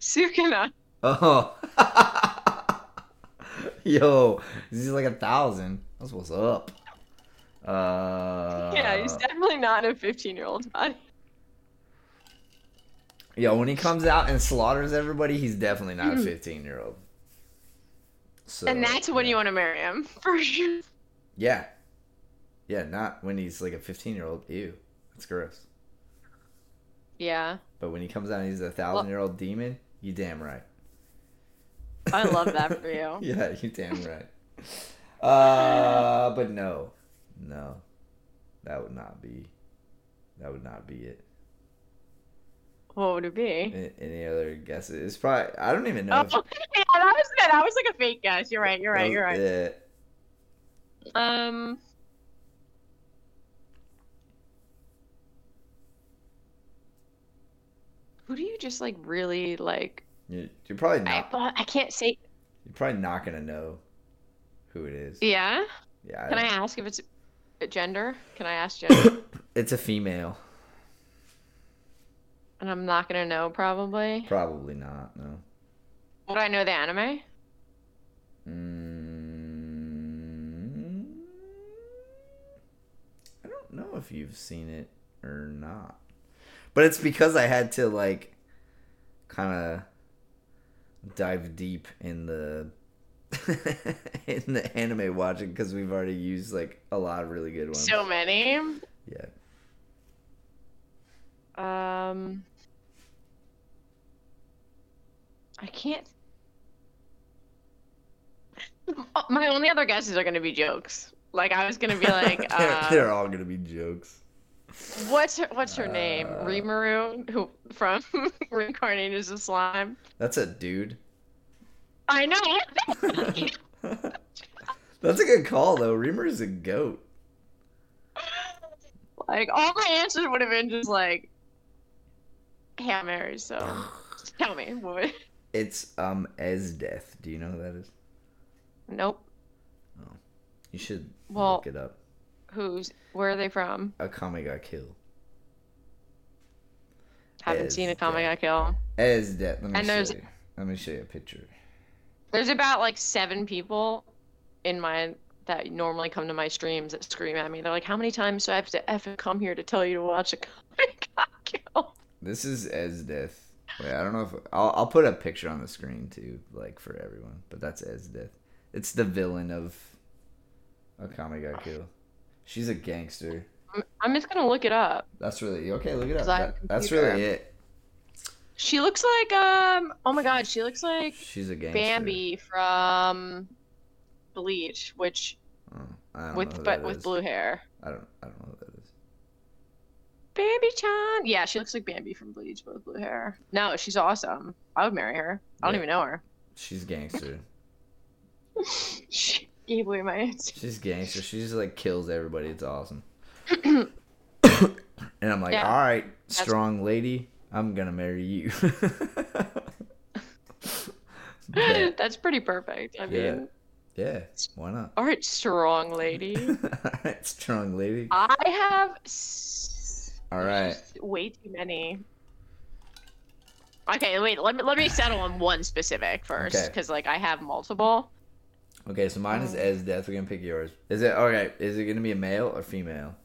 B: Sukuna.
A: Oh. Yo, this is like a thousand. That's what's up. Uh,
B: yeah, he's definitely not in a 15 year old's body.
A: Yo, when he comes out and slaughters everybody, he's definitely not a 15 year old. So,
B: Mm. and that's when you want to marry him, for sure.
A: Yeah. Yeah, not when he's like a 15 year old. Ew. That's gross.
B: Yeah.
A: But when he comes out and he's a thousand year old demon, you damn right.
B: I love that for you.
A: Yeah, you damn right. Uh, but no, no, that would not be, that would not be it.
B: What would it be?
A: A- Any other guesses? It's probably I don't even know.
B: Oh, yeah, that was good. That was like a fake guess. You're right. You're right. You're right.
A: Yeah,
B: Um. Who do you just like really like?
A: you, you're probably
B: I,
A: not.
B: but I can't say.
A: You're probably not gonna know who it is.
B: Yeah.
A: Yeah, I
B: Can I
A: don't-
B: ask if it's a gender? Can I ask gender?
A: it's a female.
B: and I'm not gonna know probably.
A: Probably not. No.
B: Would I know the anime?
A: Mm, I don't know if you've seen it or not. But it's because I had to like kind of dive deep in the in the anime watching cuz we've already used like a lot of really good ones.
B: So many.
A: yeah.
B: Um. I can't. Oh, My only other guesses are gonna be jokes. Like I was gonna be like,
A: they're,
B: uh,
A: they're all going to be jokes.
B: what's her, what's her name?
A: Uh.
B: Rimuru, who from Reincarnated as a Slime.
A: That's a dude.
B: I know.
A: That's a good call though. Reamer is a goat.
B: like all my answers would have been just like, "Hey, I'm married, so
A: Um,
B: just tell me." What would...
A: It's um Esdeath. Do you know who that is?
B: Nope.
A: You should
B: Well-
A: look it up.
B: Who's where are they from?
A: Akame ga Kill.
B: Haven't
A: Is
B: seen a comic
A: that-
B: I kill.
A: As that, let me
B: And
A: show
B: there's-
A: you. Let me show you a picture.
B: There's about like seven people in my that normally come to my streams that scream at me. They're like, "How many times do I have to f come here to tell you to watch a comic I kill?"
A: This is as death. Wait, I don't know if I'll, I'll put a picture on the screen too, like for everyone. But that's as death. It's the villain of Akame ga Kill. She's a gangster.
B: I'm, I'm just gonna look it up.
A: That's really okay. Look it up.
B: Cause I have a
A: That- that's
B: computer.
A: really it.
B: She looks like um. Oh my god, she looks like
A: She's a gangster.
B: Bambi from Bleach, which
A: Oh, I don't know who
B: with
A: that
B: but with
A: is.
B: blue hair.
A: I don't. I don't know who that is.
B: Bambi Chan. Yeah, she looks like Bambi from Bleach, but with blue hair. No, she's awesome. I would marry her. I don't
A: Yeah.
B: even know her.
A: She's gangster.
B: she gave away my answer.
A: She's gangster. She just like kills everybody. It's awesome. and I'm like,
B: Yeah.
A: all right, strong lady, I'm gonna marry you. yeah.
B: That's pretty perfect. I
A: Yeah.
B: mean,
A: yeah, why not?
B: aren't strong, lady.
A: all right, strong lady.
B: I have. s-
A: All right.
B: Way too many. Okay, wait. Let me let me settle on one specific first,
A: Okay.
B: because like I have multiple.
A: Okay, so mine is
B: Um.
A: as death. We're gonna pick yours. Is it okay? Is it gonna be a male or female?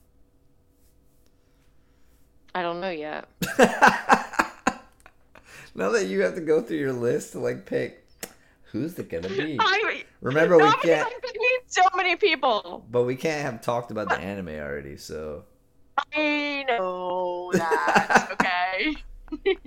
B: I don't know yet.
A: now that you have to go through your list to like pick, who's it gonna be?
B: I,
A: Remember, we
B: no, because
A: can't.
B: I'm between so many people.
A: But we can't have talked about the anime already, so
B: I know that. okay.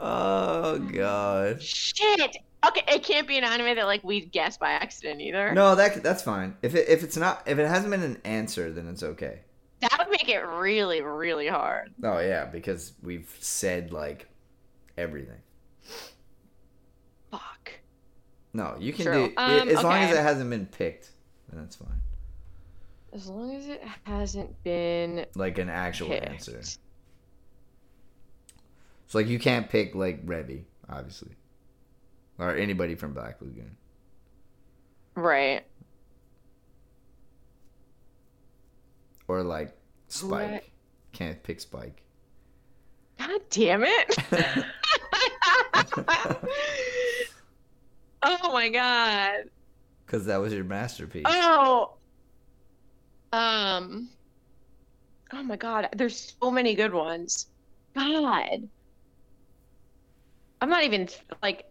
A: Oh god.
B: Shit. Okay, it can't be an anime that like we guessed by accident either.
A: No, that c- that's fine. If it if it's not if it hasn't been an answer, then it's okay.
B: That would make it really, really hard.
A: Oh yeah, because we've said like everything.
B: Fuck.
A: No, you can
B: True.
A: do i-
B: Um,
A: as long as
B: okay.
A: it hasn't been picked, then it's fine.
B: As long as it hasn't been
A: Like an actual
B: picked.
A: answer. So like you can't pick like Revy, obviously, or anybody from Black Lagoon.
B: Right.
A: or like Spike.
B: Right.
A: Can't pick Spike.
B: God damn it. oh my god.
A: Because that was your masterpiece.
B: Oh. Um. Oh my god. There's so many good ones. God. I'm not even like.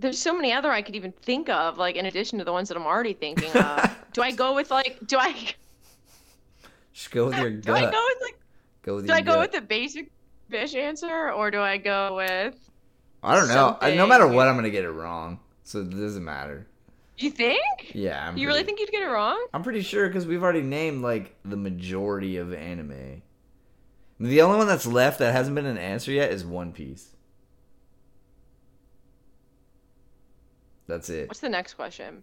B: There's so many other I could even think of, like in addition to the ones that I'm already thinking of. do I go with like? Do I?
A: Just go with your
B: Do I
A: gut.
B: go with like?
A: Go with
B: Do
A: your
B: I go
A: gut.
B: with the basic fish answer, or do I go with?
A: I don't know. I, no matter
B: something?
A: what, I'm gonna get it wrong. So it doesn't matter.
B: You think?
A: Yeah. I'm
B: You really
A: pretty-
B: think you'd get it wrong?
A: I'm pretty sure because we've already named like the majority of anime. The only one that's left that hasn't been an answer yet is One Piece. That's it.
B: What's the next question?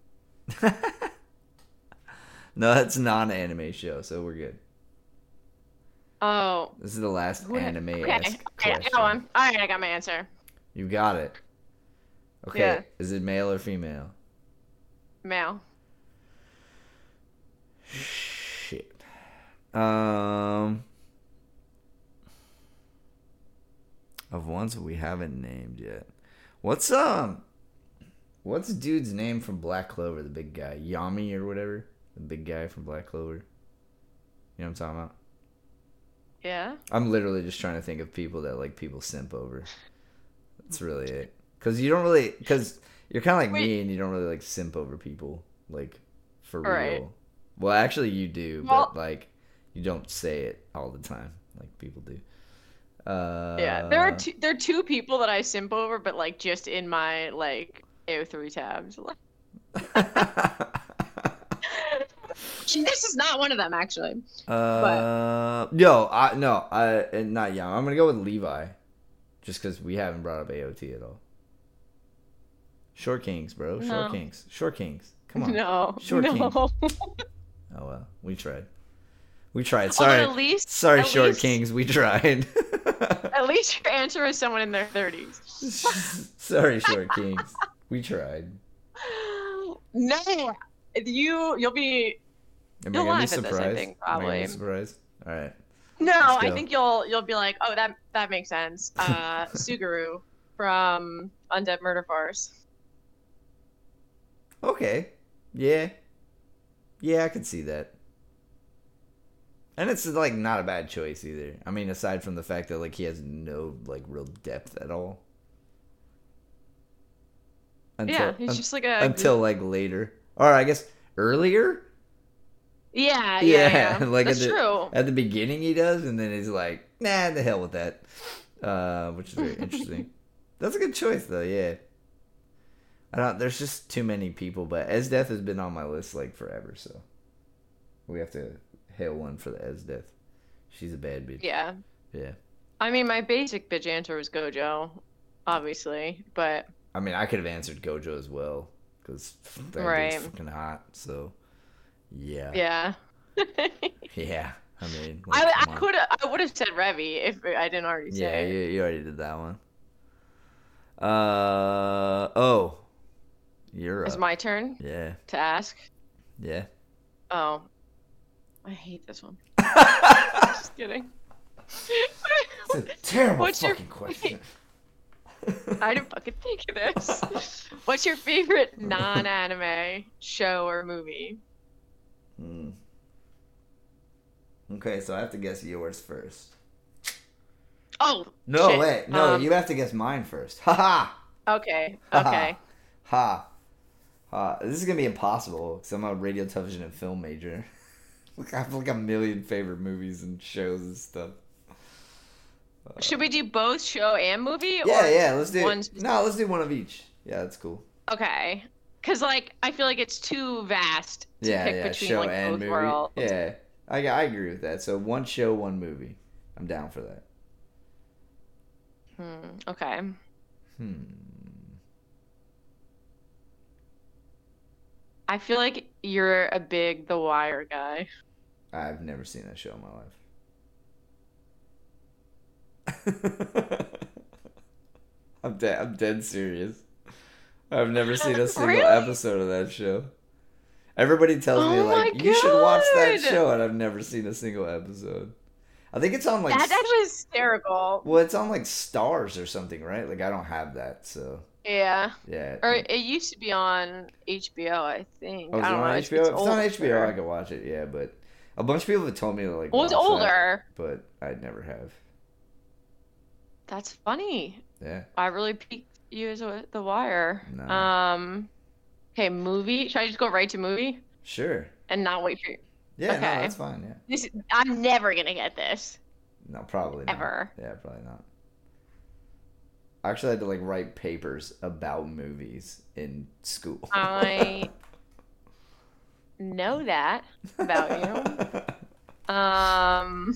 A: no, that's non-anime show, so we're good.
B: Oh.
A: This is the last
B: who-
A: anime
B: Okay.
A: esque
B: Okay. I
A: question.
B: got one. All right. I got my answer.
A: You got it. Okay.
B: Yeah.
A: Is it male or female?
B: Male.
A: Shit. Um. Of ones that we haven't named yet. What's um? What's dude's name from Black Clover? The big guy, Yami or whatever. The big guy from Black Clover. You know what I'm talking about?
B: Yeah.
A: I'm literally just trying to think of people that like people simp over. That's really it. Cause you don't really, cause you're kind of like me,
B: Wait.
A: and you don't really like simp over people, like for real.
B: Right.
A: Well, actually, you do,
B: Well-
A: but like you don't say it all the time, like people do. Uh,
B: Yeah, there are two, there are two people that I simp over, but like just in my like AO3 tabs. Like,
A: Uh,
B: this is not one of them actually.
A: uh, no, I no, I and not Yam. I'm gonna go with Levi, just cause we haven't brought up AOT at all. Short Kings, bro. Short
B: No.
A: Kings. Short Kings. Come on.
B: No,
A: Short
B: no.
A: king. Oh well, we tried. We tried. Sorry,
B: Although at least
A: sorry,
B: at
A: short
B: least-
A: kings. We tried.
B: at least your answer is someone in their thirties.
A: sorry, short kings. We tried.
B: no, you you'll be
A: Am
B: You'll
A: I gonna be
B: laugh at this, I
A: surprised?
B: think,
A: Am I gonna be
B: probably.
A: surprised? All right.
B: no
A: Let's
B: i
A: go.
B: think you'll you'll be like oh that that makes sense uh suguru from undead murder farce
A: Okay. Yeah. Yeah, I could see that. And it's like not a bad choice either. I mean, aside from the fact that like he has no like real depth at all. Until,
B: yeah he's
A: un-
B: just like a
A: until like later, or I guess earlier
B: yeah yeah,
A: Yeah,
B: yeah,
A: like
B: that's
A: at the-
B: true
A: at the beginning he does, and then he's like, nah, the hell with that, uh, which is very interesting. That's a good choice though. Yeah. I don't. There's just too many people, but Esdeath has been on my list like forever, so we have to hail one for the Esdeath. She's a bad bitch.
B: yeah
A: Yeah.
B: i mean my basic bitch answer was gojo obviously but
A: I mean, I could have answered Gojo as well because that
B: Right.
A: dude's fucking hot. So, yeah, yeah.
B: yeah
A: I mean, like,
B: I,
A: come
B: I
A: on.
B: could I would have said Revy if I didn't already say
A: Yeah,
B: it.
A: you, you already did that one. Uh oh, you're
B: It's
A: up.
B: my turn
A: yeah,
B: to ask.
A: yeah.
B: Oh, I hate this one. Just kidding.
A: It's a terrible
B: What's your-
A: fucking question.
B: I didn't fucking think of this. What's your favorite non-anime show or movie?
A: Hmm. Okay, so I have to guess yours first.
B: Oh
A: No,
B: shit.
A: wait, no,
B: Um,
A: you have to guess mine first. Ha ha.
B: Okay.
A: Ha ha.
B: Okay.
A: Ha. Ha. This is gonna be impossible because I'm a radio, television, and film major. Look, I have like a million favorite movies and shows and stuff.
B: Should we do both show and movie?
A: Yeah,
B: or
A: yeah. Let's do.
B: one spec-
A: No, let's do one of each. Yeah, that's cool.
B: Okay. Because like I feel like it's too vast to
A: yeah,
B: pick
A: yeah.
B: between
A: show
B: like
A: and
B: both
A: movie.
B: worlds.
A: Yeah, I, I agree with that. So one show, one movie. I'm down for that.
B: Hmm, okay.
A: Hmm.
B: I feel like you're a big The Wire guy.
A: I've never seen that show in my life. I'm dead. I'm dead serious. I've never seen a single
B: Really?
A: episode of that show. Everybody tells me
B: Oh
A: like
B: my
A: you should watch that
B: God.
A: show, and I've never seen a single episode. I think it's on like
B: That's
A: s-
B: actually hysterical.
A: Well, it's on like stars or something, right? Like I don't have that, so
B: Yeah.
A: yeah.
B: Or it used to be on HBO, I think.
A: oh, is
B: I
A: it
B: don't
A: on
B: know.
A: HBO? if it's on HBO, I could watch it. Yeah, but a bunch of people have told me to like.
B: Well, it's
A: watch
B: older.
A: that, but I never have.
B: That's funny.
A: Yeah.
B: I really piqued you as a- The Wire.
A: No.
B: Um, okay, movie. Should I just go right to movie
A: Sure.
B: and not wait for you?
A: Yeah. No,
B: Okay.
A: that's fine. Yeah.
B: This I'm never gonna get this
A: No, probably not.
B: ever.
A: Yeah, probably not. I actually had to like write papers about movies in school.
B: Uh, I know that about you.
A: you.
B: Um,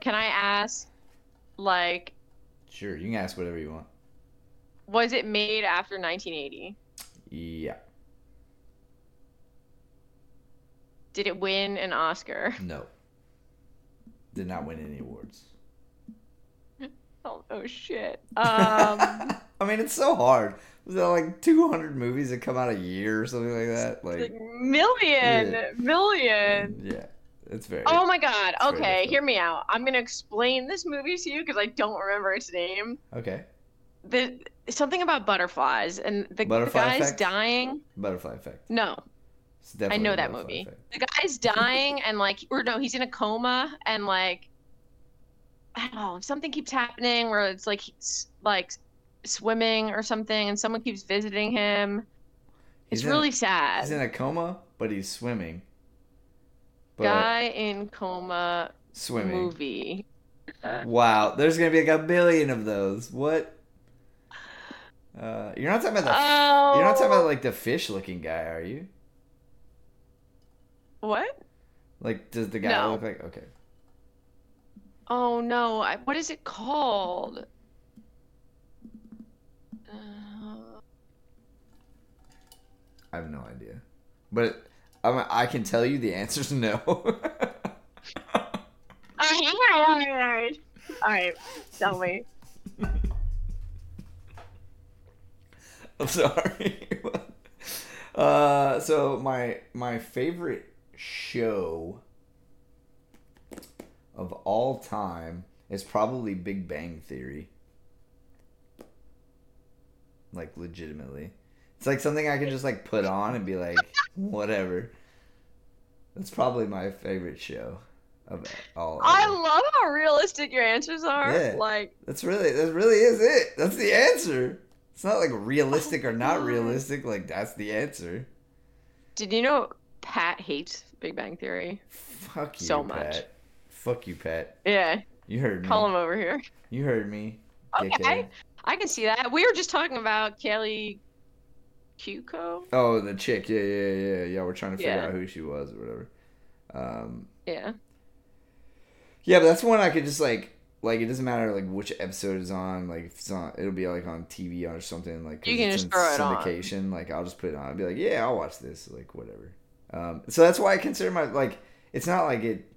B: can I ask, like,
A: sure, you can ask whatever you want.
B: was it made after 1980?
A: Yeah.
B: Did it win an Oscar?
A: No. Did not win any awards.
B: Oh, oh shit. Um,
A: I mean, it's so hard. Is there like 200 movies that come out a year or something like that?
B: like,
A: Like,
B: million,
A: Yeah.
B: million.
A: yeah, it's very.
B: Oh my god.
A: very
B: Okay,
A: difficult.
B: hear me out. I'm gonna explain this movie to you because I don't remember its name.
A: okay.
B: The something about butterflies and the,
A: Butterfly
B: the guy's
A: Effect?
B: dying.
A: Butterfly Effect.
B: No,
A: It's definitely
B: know
A: the
B: that
A: Butterfly
B: movie.
A: Effect.
B: the guy's dying and like or no he's in a coma and like i don't know something keeps happening where it's like he's like swimming or something and someone keeps visiting him
A: He's
B: it's
A: in a-
B: really
A: He's in
B: sad
A: a coma, but he's swimming. But
B: guy in coma
A: swimming.
B: movie
A: Wow, there's gonna be like a billion of those. What? Uh, you're not talking about the.
B: oh
A: You're not talking about like the fish-looking guy, are you?
B: what
A: Like, does the guy
B: No.
A: look like? Okay.
B: oh no I, what is it called uh,
A: I have no idea. But I'm, I can tell you the answer's no.
B: all right, all right, all right. All right, tell me.
A: I'm sorry. uh, so my my favorite show of all time is probably Big Bang Theory. Like legitimately, it's like something I can just like put on and be like, whatever. That's probably my favorite show of all.
B: I love how realistic your answers are.
A: Yeah.
B: Like,
A: That's really that really is it. That's the answer. It's not like realistic or not
B: God.
A: realistic. Like that's the answer.
B: did you know Pat hates Big Bang Theory?
A: Fuck you,
B: So
A: Pat.
B: much.
A: Fuck you, Pat.
B: Yeah,
A: You heard me.
B: call him over here.
A: You heard me.
B: Okay.
A: dickhead.
B: I can see that. We were just talking about Kelly Cuco.
A: Oh, the chick. Yeah, yeah, yeah, yeah. We're trying to figure
B: Yeah.
A: out who she was or whatever. Um,
B: Yeah.
A: yeah, but that's one I could just like, like it doesn't matter like which episode is on. Like if it's on, it'll be like on TV or something. Like 'cause
B: You can
A: it's
B: just
A: in
B: throw it on.
A: syndication. Like I'll just put it on. I'll be like, yeah, I'll watch this. Like whatever. Um, so that's why I consider my like. It's not like it.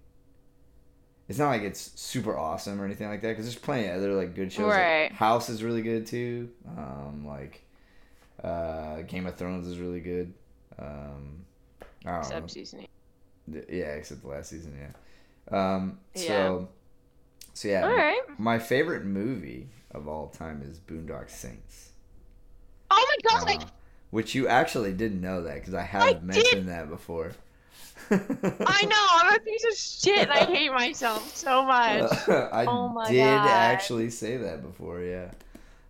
A: It's not like it's super awesome or anything like that because there's plenty of other like good shows. Like,
B: Right.
A: House is really good too. Um, like uh, Game of Thrones is really good. Um, I don't know.
B: Sub seasoning.
A: Th- Yeah, except the last season, yeah. Um, so,
B: Yeah.
A: so yeah,
B: All right.
A: my favorite movie of all time is Boondock Saints,
B: Oh my god! like,
A: Uh, which you actually didn't know that because I have
B: I did-
A: mentioned that before.
B: I
A: I
B: know I'm a piece of shit. and I hate myself so much.
A: Uh, I
B: Oh my
A: did
B: God.
A: actually say that before, yeah.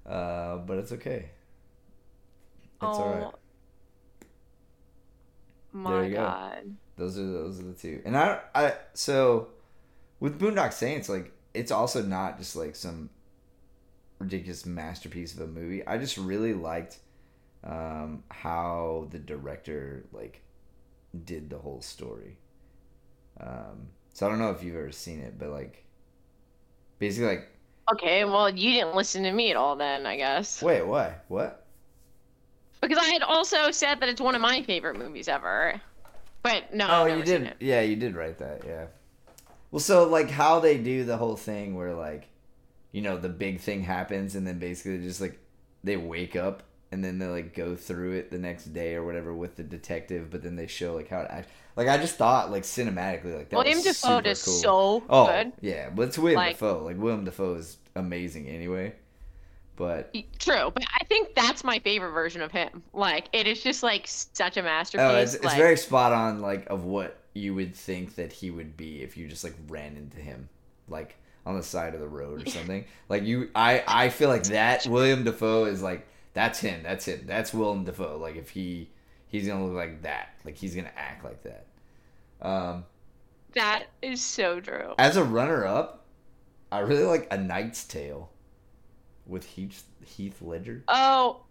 A: Uh, but it's okay. It's
B: oh
A: all right. There
B: my
A: you go.
B: god!
A: Those are those are the two. And I I so with Boondock Saints, like it's also not just like some ridiculous masterpiece of a movie. I just really liked um, how the director like did the whole story. Um, so I don't know if you've ever seen it, but like basically like
B: Okay, well you didn't listen to me at all then, I guess.
A: wait, why? What?
B: Because I had also said that it's one of my favorite movies ever. But no,
A: Oh,
B: I've
A: you
B: never seen
A: did.
B: it.
A: Yeah, you did write that. Yeah. Well, so like how they do the whole thing where like, you know, the big thing happens and then basically just like they wake up and then they like go through it the next day or whatever with the detective, but then they show like how it act. Like I just thought like cinematically like that
B: William
A: was
B: Defoe
A: super
B: does
A: cool.
B: so
A: oh
B: good.
A: yeah, but it's William
B: Like-
A: Defoe. Like William Defoe is amazing anyway. But
B: True, but I think that's my favorite version of him. Like it is just like such a masterpiece.
A: oh, it's, it's
B: like,
A: very spot on like of what you would think that he would be if you just like ran into him like on the side of the road or something like you i i feel like that william defoe is like that's him that's him that's william defoe like if he he's gonna look like that like he's gonna act like that um
B: that is so true.
A: as a runner up i really like a knight's tale with heath heath ledger
B: Oh,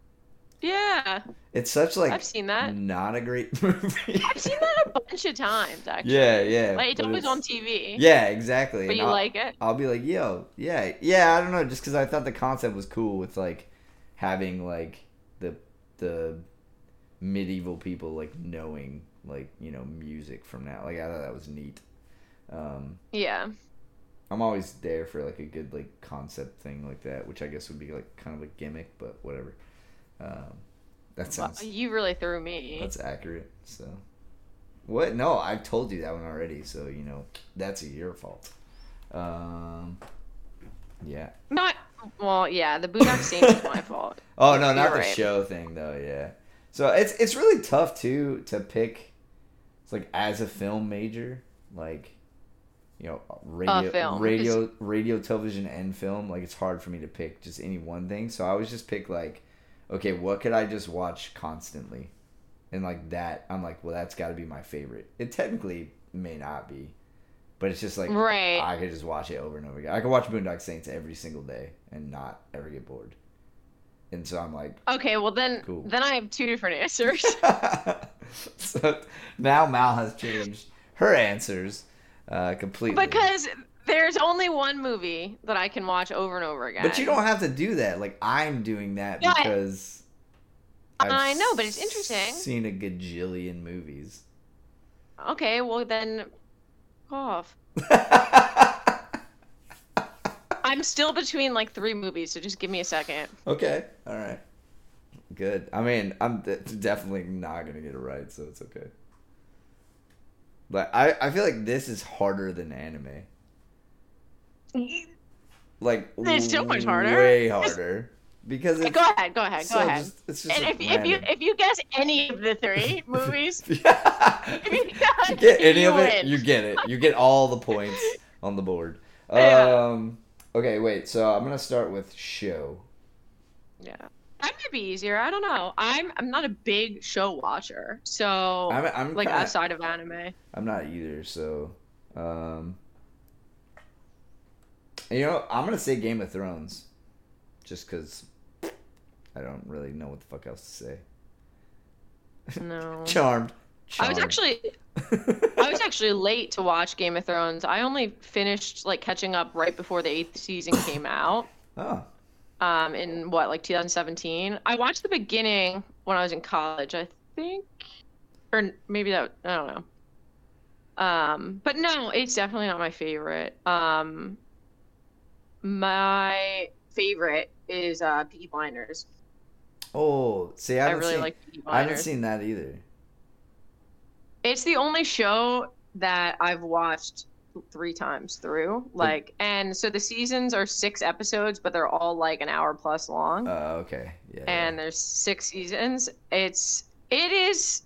B: yeah,
A: it's such like mm.
B: I've seen that.
A: not a great movie
B: I've seen that a bunch of times actually.
A: yeah yeah
B: like it's
A: but
B: always
A: it's-
B: on TV.
A: Yeah, exactly.
B: but
A: And
B: you
A: I'll,
B: like it.
A: I'll be like, yo, yeah, yeah. I don't know, just because I thought the concept was cool with like having like the the medieval people like knowing like you know music from now. Like I thought that was neat. Um,
B: Yeah,
A: I'm always there for like a good like concept thing like that, which I guess would be like kind of a gimmick, but whatever. Um, that
B: Well,
A: sounds
B: you really threw me.
A: that's accurate. So what? No, I've told you that one already. So you know that's your fault. Um, yeah.
B: Not well, yeah. The Boondock Saints is my fault.
A: Oh no, not
B: You're
A: the
B: right.
A: show thing though. Yeah. So it's it's really tough too to pick. It's like as a film major, like you know, radio,
B: film,
A: radio, radio, television, and film. Like it's hard for me to pick just any one thing. So I always just pick like, okay, what could I just watch constantly, and like that, I'm like, well, that's got to be my favorite. It technically may not be, but it's just like
B: Right.
A: I could just watch it over and over again. I could watch Boondock Saints every single day and not ever get bored. And so I'm like,
B: Okay, well then,
A: Cool.
B: then I have two different answers.
A: so now Mal has changed her answers uh, completely.
B: because there's only one movie that I can watch over and over again.
A: but you don't have to do that. Like I'm doing that
B: No, I-
A: because
B: I know, but it's interesting.
A: Seen a gajillion movies.
B: Okay, well then, off. I'm still between like three movies, so just give me a second.
A: okay, all right. good. I mean, I'm de- definitely not gonna get it right, so it's okay. But I, I feel like this is harder than anime. Like
B: It's so much harder.
A: Way harder because it's
B: Go ahead, go ahead, go
A: so
B: ahead.
A: just- it's just
B: And
A: like
B: if, if you
A: random.
B: if you guess any of the three movies, if you
A: you get any
B: you
A: of it,
B: win.
A: you get it. You get all the points on the board.
B: Yeah.
A: Um, okay, wait. So I'm gonna start with show.
B: Yeah. That might be easier. I don't know. I'm I'm not a big show watcher, so
A: I'm, I'm
B: like
A: kinda-
B: outside of anime.
A: I'm not either. So, um, you know, I'm gonna say Game of Thrones, just because I don't really know what the fuck else to say.
B: No.
A: Charmed.
B: I
A: Charmed.
B: was actually I was actually late to watch Game of Thrones. I only finished like catching up right before the eighth season came out.
A: oh,
B: Um, in what like 2017. I watched the beginning when I was in college, I think, or maybe that I don't know. Um, but no, it's definitely not my favorite. Um, my favorite is uh, Peaky Blinders.
A: oh. See, I,
B: I,
A: haven't
B: really
A: seen,
B: like Peaky
A: I haven't
B: Blinders.
A: seen that either.
B: it's the only show that I've watched three times through. Like, and so the seasons are six episodes, but they're all like an hour plus long.
A: Uh, okay. Yeah.
B: and there's six seasons. It's it is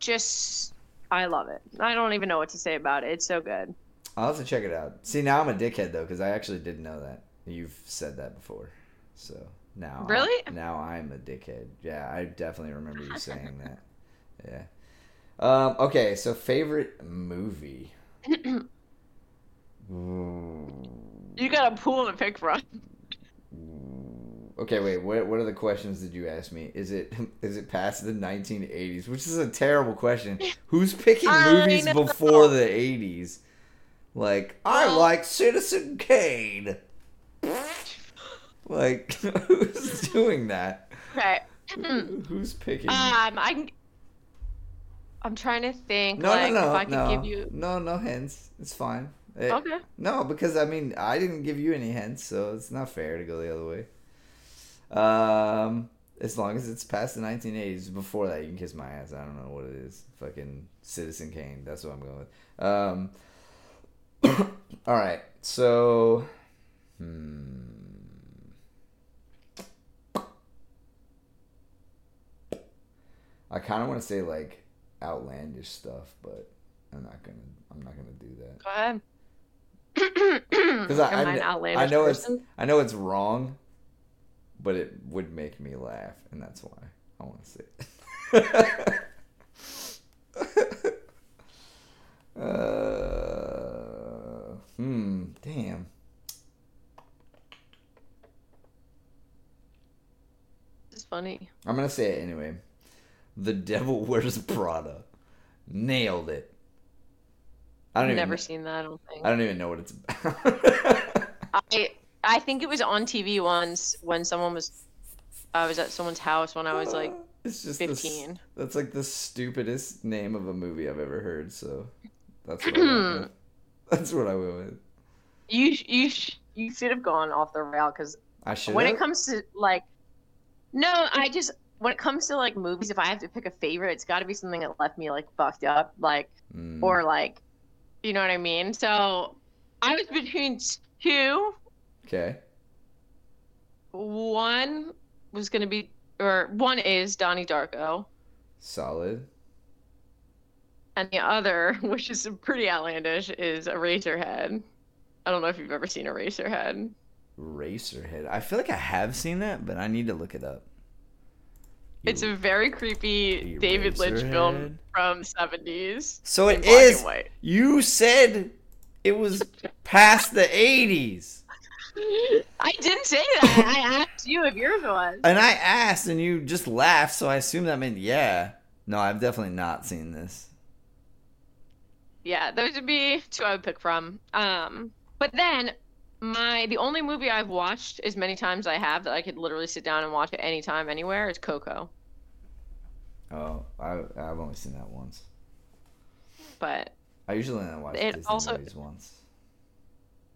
B: just I love it. I don't even know what to say about it. It's so good.
A: I'll have to check it out. See, now I'm a dickhead though, because I actually didn't know that. You've said that before, so now I-
B: Really?
A: now I'm a dickhead. Yeah, I definitely remember you saying that. Yeah. Um, okay, so favorite movie.
B: You got a pool to pick from.
A: Okay, wait. What what are the questions that you asked me? Is it is it past the 1980s? Which is a terrible question. Who's picking
B: I
A: movies
B: know.
A: before the 80s? Like I
B: Well-
A: like Citizen Kane. Like who's doing that?
B: Okay. um,
A: Who's picking?
B: I can. I'm trying to think.
A: no,
B: like,
A: no, no,
B: if I could
A: no,
B: give you.
A: no, no hints. It's fine. It-
B: Okay.
A: No, because I mean I didn't give you any hints, so it's not fair to go the other way. Um, as long as it's past the 1980s, before that you can kiss my ass. I don't know what it is. Fucking Citizen Kane. That's what I'm going with. Um, all right. So, hmm. I kind of want to say like outlandish stuff, but I'm not gonna. I'm not gonna do that.
B: Go ahead. Because
A: I- I kn- I know it's- I know it's wrong, but it would make me laugh, and that's why I want to say it. uh, hmm, damn.
B: It's funny.
A: I'm going to say it anyway. The Devil Wears Prada. Nailed it. I don't
B: I've
A: even
B: never seen that. I don't think.
A: I don't even know what it's about.
B: I I think it was on TV once when someone was. I was at someone's house when I was like
A: it's just the s-
B: 15.
A: That's like the stupidest name of a movie I've ever heard. So that's what I went with. That's what I went with.
B: You sh- you sh- you should have gone off the rail because
A: I should.
B: when it comes to like, no, I just when it comes to like movies, if I have to pick a favorite, it's got to be something that left me like fucked up, like
A: mm,
B: or like, you know what I mean. So I was between two.
A: okay.
B: One was gonna be or one is Donnie Darko,
A: Solid.
B: and the other, which is pretty outlandish, is Eraserhead. I don't know if you've ever seen Eraserhead.
A: Racerhead. I feel like I have seen that, but I need to look it up.
B: It's a very creepy David Lynch film from the 70s.
A: So
B: in
A: it
B: black and
A: is.
B: white.
A: You said it was past the eighties,
B: I didn't say that. I asked you if yours was.
A: and I asked, and you just laughed. So I assume that meant yeah. No, I've definitely not seen this.
B: Yeah, those would be two I would pick from. Um, but then my the only movie I've watched as many times I have that I could literally sit down and watch it anytime, anywhere is Coco.
A: Oh, I, I've only seen that once.
B: But
A: I usually only watch
B: It
A: Disney
B: also-
A: movies once.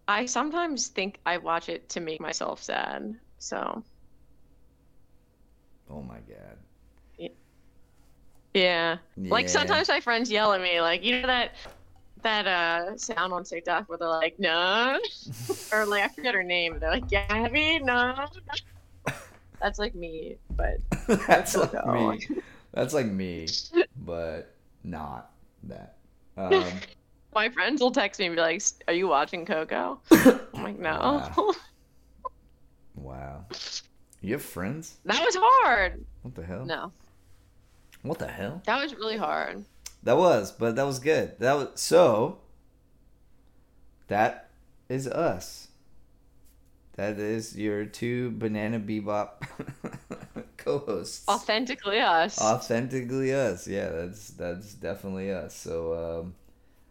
B: I sometimes think I watch it to make myself sad. So
A: Oh my god.
B: Yeah. Like
A: Yeah.
B: sometimes my friends yell at me, like, you know that that uh sound on TikTok where they're like, no or like I forget her name, they're like, Gabby, no. That's like me, but
A: That's like
B: No.
A: me. That's like me, but not that. Um,
B: my friends will text me and be like, Are you watching Coco? I'm like, No.
A: wow. You have friends?
B: that was hard.
A: What the hell?
B: No.
A: What the hell?
B: That was really hard.
A: That was, but that was good. That was so. That is us. That is your two banana bebop co-hosts.
B: Authentically us.
A: Authentically us. Yeah, that's that's definitely us. So, um,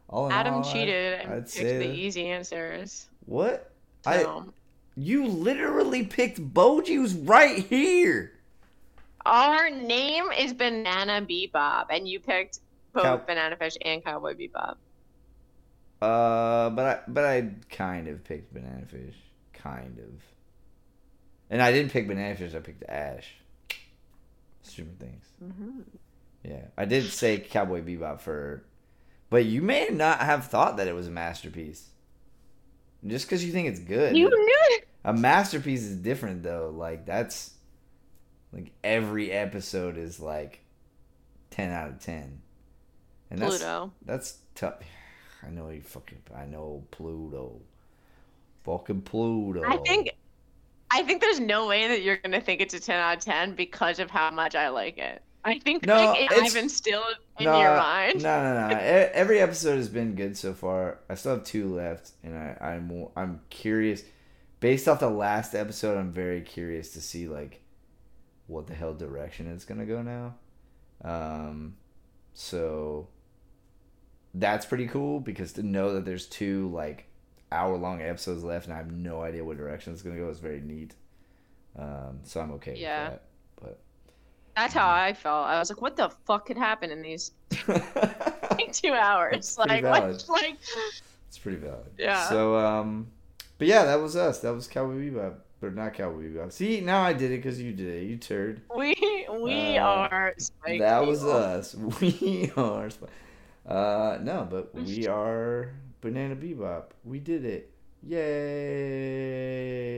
A: all in
B: Adam
A: all, I-
B: cheated and
A: I'd
B: picked
A: say
B: the E
A: that-
B: easy answers.
A: what? I
B: So.
A: you literally picked Boju's right here.
B: Our name is Banana Bebop, and you picked both
A: Cow-
B: Banana Fish and Cowboy Bebop.
A: Uh, but I but I kind of picked banana fish, kind of. And I didn't pick banana fish. I picked Ash. Stupid things. Yeah, I did say Cowboy Bebop for, but you may not have thought that it was a masterpiece. Just because you think it's good,
B: You knew
A: a masterpiece is different though. Like that's, like every episode is like, ten out of ten, and that's
B: Pluto.
A: that's tough. I know you fucking. I know Pluto. Fucking Pluto.
B: I think, I think there's no way that you're gonna think it's a ten out of ten because of how much I like it. I think
A: No,
B: like it,
A: it's-
B: I've instilled in
A: No,
B: your
A: No,
B: mind.
A: no, no. E- Every episode has been good so far. I still have two left, and I, I'm I'm curious. Based off the last episode, I'm very curious to see like what the hell direction it's gonna go now. Um, so that's pretty cool because to know that there's two like hour long episodes left, and I have no idea what direction it's gonna go is very neat. Um, so I'm okay
B: Yeah.
A: with that.
B: That's how I felt. I was like, what the fuck could happen in these
A: But
B: two hours?
A: That's pretty
B: Like, what?
A: valid.
B: Like,
A: It's pretty valid.
B: Yeah.
A: So, um, but yeah, that was us. That was Cowboy Bebop, but not Cowboy Bebop. See, now I did it because you did it. You turd.
B: we we
A: Uh,
B: are. Spike
A: that was
B: people.
A: us. We are. sp- Uh, no, but we are Banana Bebop. We did it. Yay!